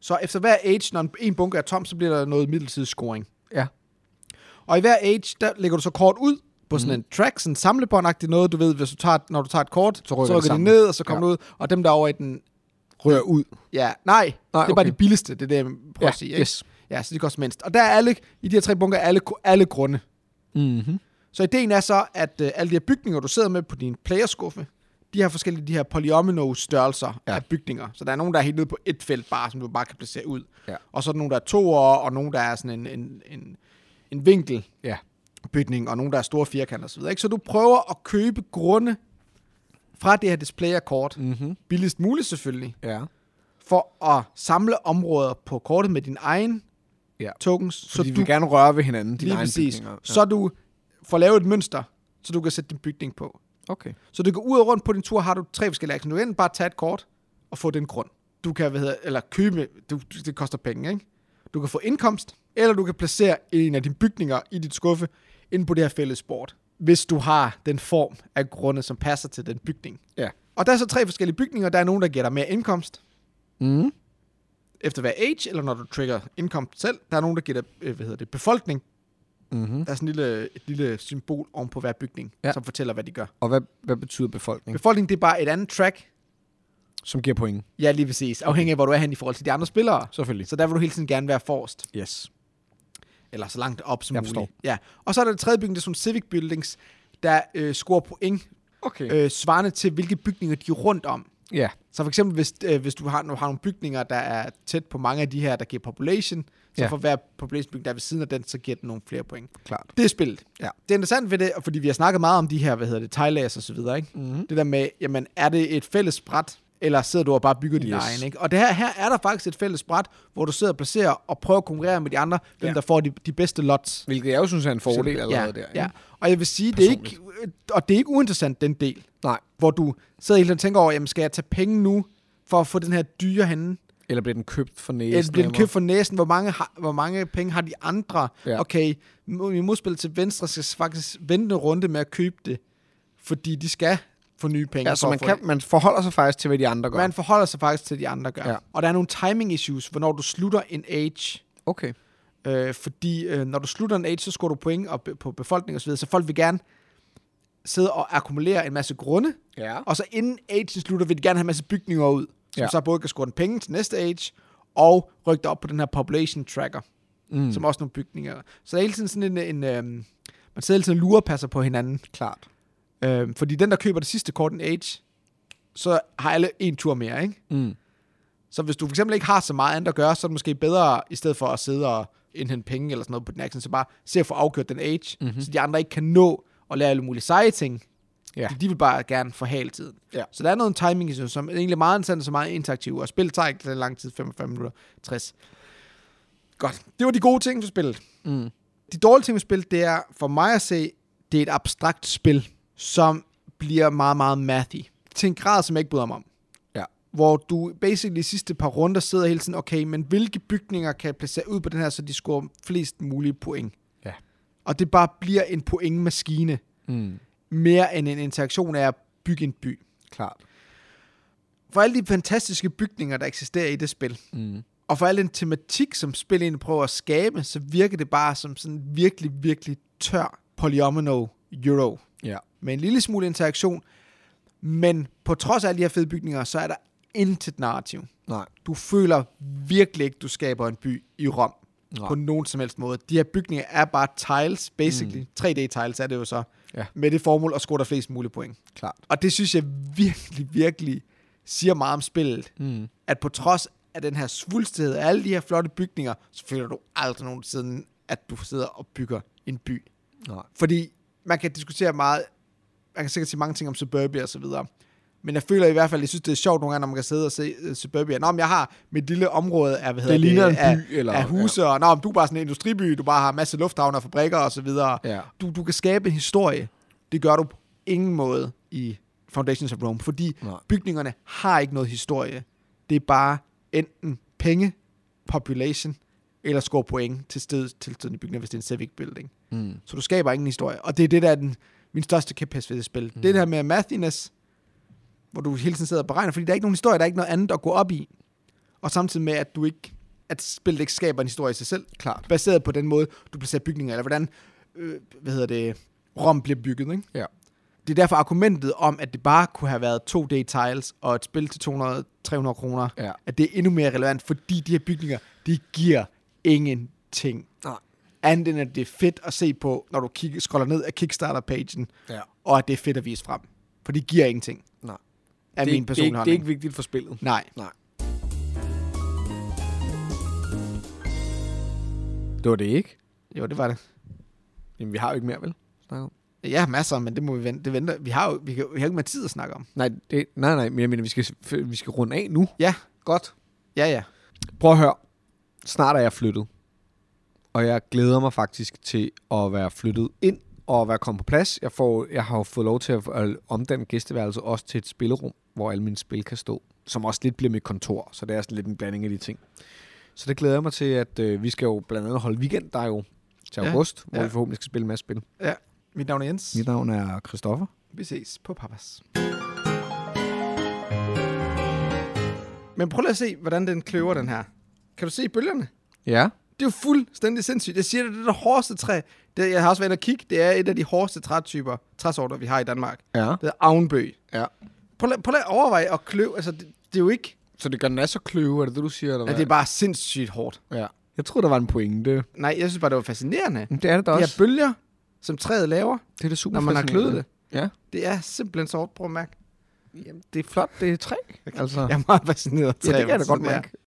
S1: Så efter hver age, når en- en bunker er tom, så bliver der noget midlertidig scoring.
S2: Ja.
S1: Og i hver age, der lægger du så kort ud på
S2: Mhm.
S1: sådan mm. en track, sådan en samlebåndagtig noget, du ved, hvis du tager, når du tager et kort,
S2: rykker
S1: så
S2: det
S1: rykker, så rykker det
S2: sammen.
S1: ned, og så kommer
S2: Ja.
S1: ja. det ud, og dem der er over i den
S2: Rør ud.
S1: Ja, nej, nej det er okay. bare
S2: okay.
S1: de billigste, det er det, jeg prøver
S2: Ja,
S1: at sige. Ikke?
S2: yes.
S1: Ja, så de koster mindst. Og der er alle, i de her tre bunker, er alle, alle grunde.
S2: Mm-hmm.
S1: Så ideen er så, at øh, alle de her bygninger, du sidder med på din playerskuffe, de har forskellige de her polyomino-størrelser ja.
S2: Ja.
S1: af bygninger. Så der er nogen, der er helt nede på et felt bare, som du bare kan placere ud.
S2: Ja.
S1: Og så er der nogen, der er toer, og nogen, der er sådan en, en, en, en vinkel
S2: Ja.
S1: bygning, og nogen, der er store firkanter osv. Ikke? Så du prøver at købe grunde fra det her displayer-kort.
S2: Mm-hmm.
S1: Billigst muligt selvfølgelig.
S2: Ja.
S1: for at samle områder på kortet med din egen
S2: Ja.
S1: tokens,
S2: Fordi så
S1: så du
S2: vi gerne røre ved hinanden, dine
S1: lige
S2: egne
S1: præcis,
S2: bygninger.
S1: så du får lavet et mønster, så du kan sætte din bygning på.
S2: Okay.
S1: Så du kan ud og rundt på din tur, har du tre forskellige actioner. Du kan enten bare tage et kort og få den grund. Du kan, hvad hedder, eller købe, du, du- det koster penge, ikke? Du kan få indkomst, eller du kan placere en af dine bygninger i dit skuffe inde på det her fælles sport, hvis du har den form af grunde, som passer til den bygning.
S2: Ja.
S1: Og der er så tre forskellige bygninger. Der er nogen, der giver dig mere indkomst,
S2: Mm.
S1: efter hver age, eller når du trigger indkomst selv, der er nogen, der giver dig, øh, hvad hedder det, befolkning.
S2: Mm-hmm.
S1: Der er sådan en lille, et lille symbol oven på hver bygning, ja.
S2: Ja. Mm.
S1: som fortæller, hvad de gør.
S2: Og hvad, hvad betyder befolkning?
S1: Befolkning, det er bare et andet track.
S2: Som giver point.
S1: Ja, lige præcis. Afhængig af, hvor du er hen i forhold til de andre spillere.
S2: Selvfølgelig.
S1: Så der vil du hele tiden gerne være forrest.
S2: Yes.
S1: Eller så langt op som
S2: Jeg
S1: muligt.
S2: forstår.
S1: Ja. Og så er der det tredje bygning, det er sådan nogle civic buildings, der øh, scorer point,
S2: Okay. Øh.
S1: øh, svarende til, hvilke bygninger de er rundt om.
S2: Ja.
S1: Så for eksempel, hvis, øh, hvis du har, nu har nogle bygninger, der er tæt på mange af de her, der giver population, så
S2: Ja.
S1: for hver population bygning, der er ved siden af den, så giver den nogle flere point.
S2: Klart.
S1: Det er spillet.
S2: Ja.
S1: Det er interessant ved det, og fordi vi har snakket meget om de her, hvad hedder det, teglags og så videre, ikke?
S2: Mhm.
S1: Det der med, jamen, er det et fælles bræt, eller sidder du og bare bygger din
S2: Yes.
S1: egen, ikke? Og det her, her er der faktisk et fælles bræt, hvor du sidder og placerer og prøver at konkurrere med de andre, hvem
S2: Ja.
S1: der får de, de bedste lots.
S2: Hvilket jeg jo synes er en fordel allerede
S1: ja,
S2: der.
S1: Ja.
S2: ikke?
S1: Og jeg vil sige, det er ikke, og det er ikke uinteressant, den del,
S2: Nej.
S1: hvor du sidder hele tiden og tænker over, jamen, skal jeg tage penge nu, for at få den her dyre henne?
S2: Eller bliver den købt for næsen?
S1: Eller bliver den
S2: af mig?
S1: købt for næsen? Hvor mange, har, hvor mange penge har de andre? Ja.
S2: Ja.
S1: Okay, mo- min modspiller til venstre skal faktisk vente en runde med at købe det, fordi de skal få nye penge.
S2: Ja, så
S1: for at
S2: man,
S1: få
S2: kan,
S1: det.
S2: man forholder sig faktisk til, hvad de andre gør.
S1: man forholder sig faktisk til, de andre gør. Ja.
S2: Ja.
S1: Og der er nogle timing issues, hvornår du slutter en age.
S2: Okay.
S1: Øh, fordi øh, når du slutter en age, så scorer du point og be- på befolkning osv., så, videre, så folk vil gerne sidde og akkumulere en masse grunde,
S2: Ja.
S1: og så inden agen slutter, vil de gerne have en masse bygninger ud, som ja.
S2: Ja.
S1: så både kan score en penge til næste age, og rykke dig op på den her population tracker, mm.
S2: Mm.
S1: som også nogle bygninger. Så der er hele tiden sådan en, en øhm, man sidder hele tiden og lurer og passer på hinanden.
S2: Klart.
S1: Øhm, fordi den, der køber det sidste kort, en age, så har alle en tur mere, ikke?
S2: Mm.
S1: Så hvis du for eksempel ikke har så meget andet at gøre, så er det måske bedre, i stedet for at sidde og indhente penge eller sådan noget på din action, så bare se at få afgjort den age,
S2: Mhm.
S1: mm-hmm. så de andre ikke kan nå at lære alle mulige seje ting.
S2: Ja.
S1: De vil bare gerne forhale tiden.
S2: Ja.
S1: Så der er noget timing, i det, som er egentlig meget interessant og så meget interaktiv, og spillet tager ikke så lang tid, 45 minutter, 60. Godt. Det var de gode ting for spillet.
S2: Mm.
S1: De dårlige ting ved spillet, det er for mig at se, det er et abstrakt spil, som bliver meget, meget mathy. Til en grad, som jeg ikke bryder mig om.
S2: Ja.
S1: Hvor du basically de sidste par runder sidder hele tiden, okay, men hvilke bygninger kan jeg placere ud på den her, så de scorer flest mulige point?
S2: Ja.
S1: Og det bare bliver en pointmaskine,
S2: Mm.
S1: mere end en interaktion af at bygge en by.
S2: Klart.
S1: For alle de fantastiske bygninger, der eksisterer i det spil,
S2: Mm.
S1: og for al den tematik, som spillet egentlig prøver at skabe, så virker det bare som sådan virkelig, virkelig tør polyomino euro.
S2: Ja.
S1: Med en lille smule interaktion, men på trods af alle de her fede bygninger, så er der intet narrativ.
S2: Nej.
S1: Du føler virkelig ikke, du skaber en by i Rom
S2: Nej.
S1: på nogen som helst måde. De her bygninger er bare tiles, basically. Mm. 3D-tiles er det jo så.
S2: Ja.
S1: Med det formål at score der flest mulige point.
S2: Klart.
S1: Og det synes jeg virkelig, virkelig siger meget om spillet.
S2: Mm.
S1: At på trods af den her svulstighed og alle de her flotte bygninger, så føler du aldrig nogensinde, at du sidder og bygger en by.
S2: Nej.
S1: Fordi man kan diskutere meget, man kan sikkert sige mange ting om Suburbia og så videre. Men jeg føler i hvert fald, jeg synes, det er sjovt nogle gange, når man kan sidde og se uh, Suburbia. Nå, men jeg har mit lille område af, hvad hedder
S2: ligner en by,
S1: af,
S2: eller-
S1: af huse, ja. og nå, men du er bare sådan en industriby, du bare har masse lufthavne og fabrikker og så videre.
S2: Ja.
S1: Du, du kan skabe en historie. Det gør du på ingen måde i Foundations of Rome, fordi
S2: Nej.
S1: bygningerne har ikke noget historie. Det er bare enten penge, population, eller score point til sted, til stedende bygninger, hvis det er en civic building.
S2: Mm.
S1: Så du skaber ingen historie. Og det er det, der er den, min største kæphest ved det spil. Mm. Det der med mathiness, hvor du hele tiden sidder og beregner, fordi der er ikke nogen historie, der er ikke noget andet at gå op i. Og samtidig med, at du ikke at spillet ikke skaber en historie i sig selv.
S2: Klart.
S1: Baseret på den måde, du placerer bygninger, eller hvordan, øh, hvad hedder det, Rom bliver bygget, ikke?
S2: Ja.
S1: Det er derfor argumentet om, at det bare kunne have været 2D-tiles og et spil til 200-300 kroner,
S2: Ja.
S1: at det er endnu mere relevant, fordi de her bygninger, de giver ingenting.
S2: Nej.
S1: Andet end, at det er fedt at se på, når du kigger, scroller ned af Kickstarter-pagen,
S2: Ja.
S1: og at det er fedt at vise frem. For det giver ingenting,
S2: Nej.
S1: er
S2: det, er ikke-
S1: min
S2: det, er
S1: personlige
S2: ikke, det er
S1: holdning.
S2: ikke vigtigt for spillet.
S1: Nej.
S2: Nej. Det var det ikke.
S1: Jo, det var det.
S2: Jamen, vi har jo ikke mere, vel? Snakke om.
S1: Ja, masser, men det må vi vente. Det venter. Vi har jo vi kan, vi har ikke mere tid at snakke om.
S2: Nej, det, nej, nej, men jeg mener, vi skal, vi skal runde af nu.
S1: Ja,
S2: Godt.
S1: ja, ja.
S2: Prøv at høre. Snart er jeg flyttet. Og jeg glæder mig faktisk til at være flyttet ind og være kommet på plads. Jeg, får, jeg har jo fået lov til at, at omdanne gæsteværelset også til et spillerum, hvor alle mine spil kan stå. Som også lidt bliver mit kontor, så det er sådan lidt en blanding af de ting. Så det glæder jeg mig til, at øh, vi skal jo blandt andet holde weekend, der er jo til
S1: Ja,
S2: august, hvor
S1: ja.
S2: vi forhåbentlig skal spille en masse spil.
S1: Mit navn er Jens.
S2: Mit navn er Christoffer.
S1: Vi ses på Papas. Men prøv lige at se, hvordan den kløver, den her. Kan du se bølgerne?
S2: Ja.
S1: Det er jo fuldstændig sindssygt. Jeg siger, det er det der hårdeste træ. Det, jeg har også været inde og kigge. Det er et af de hårdeste trætyper, træsorter, vi har i Danmark.
S2: Ja.
S1: Det hedder Avnbøg.
S2: Ja.
S1: Prøv, lige- prøv lige at overveje at kløve. Altså, det, det er jo ikke...
S2: Så det gør den er så kløve, er det det, du siger? Eller
S1: Ja,
S2: hvad?
S1: det er bare sindssygt hårdt.
S2: ja. Jeg tror der var en pointe.
S1: Nej, jeg synes bare, det var fascinerende.
S2: Men det er det da
S1: De
S2: også.
S1: her bølger, som træet laver,
S2: det er det super
S1: når man har kløet det.
S2: Ja.
S1: Det er simpelthen så hårdt, prøv at mærke.
S2: Jamen, det er flot, det er træ. Altså,
S1: Jeg er meget fascineret af
S2: ja,
S1: træer,
S2: det kan jeg da
S1: sådan
S2: godt
S1: er.
S2: mærke.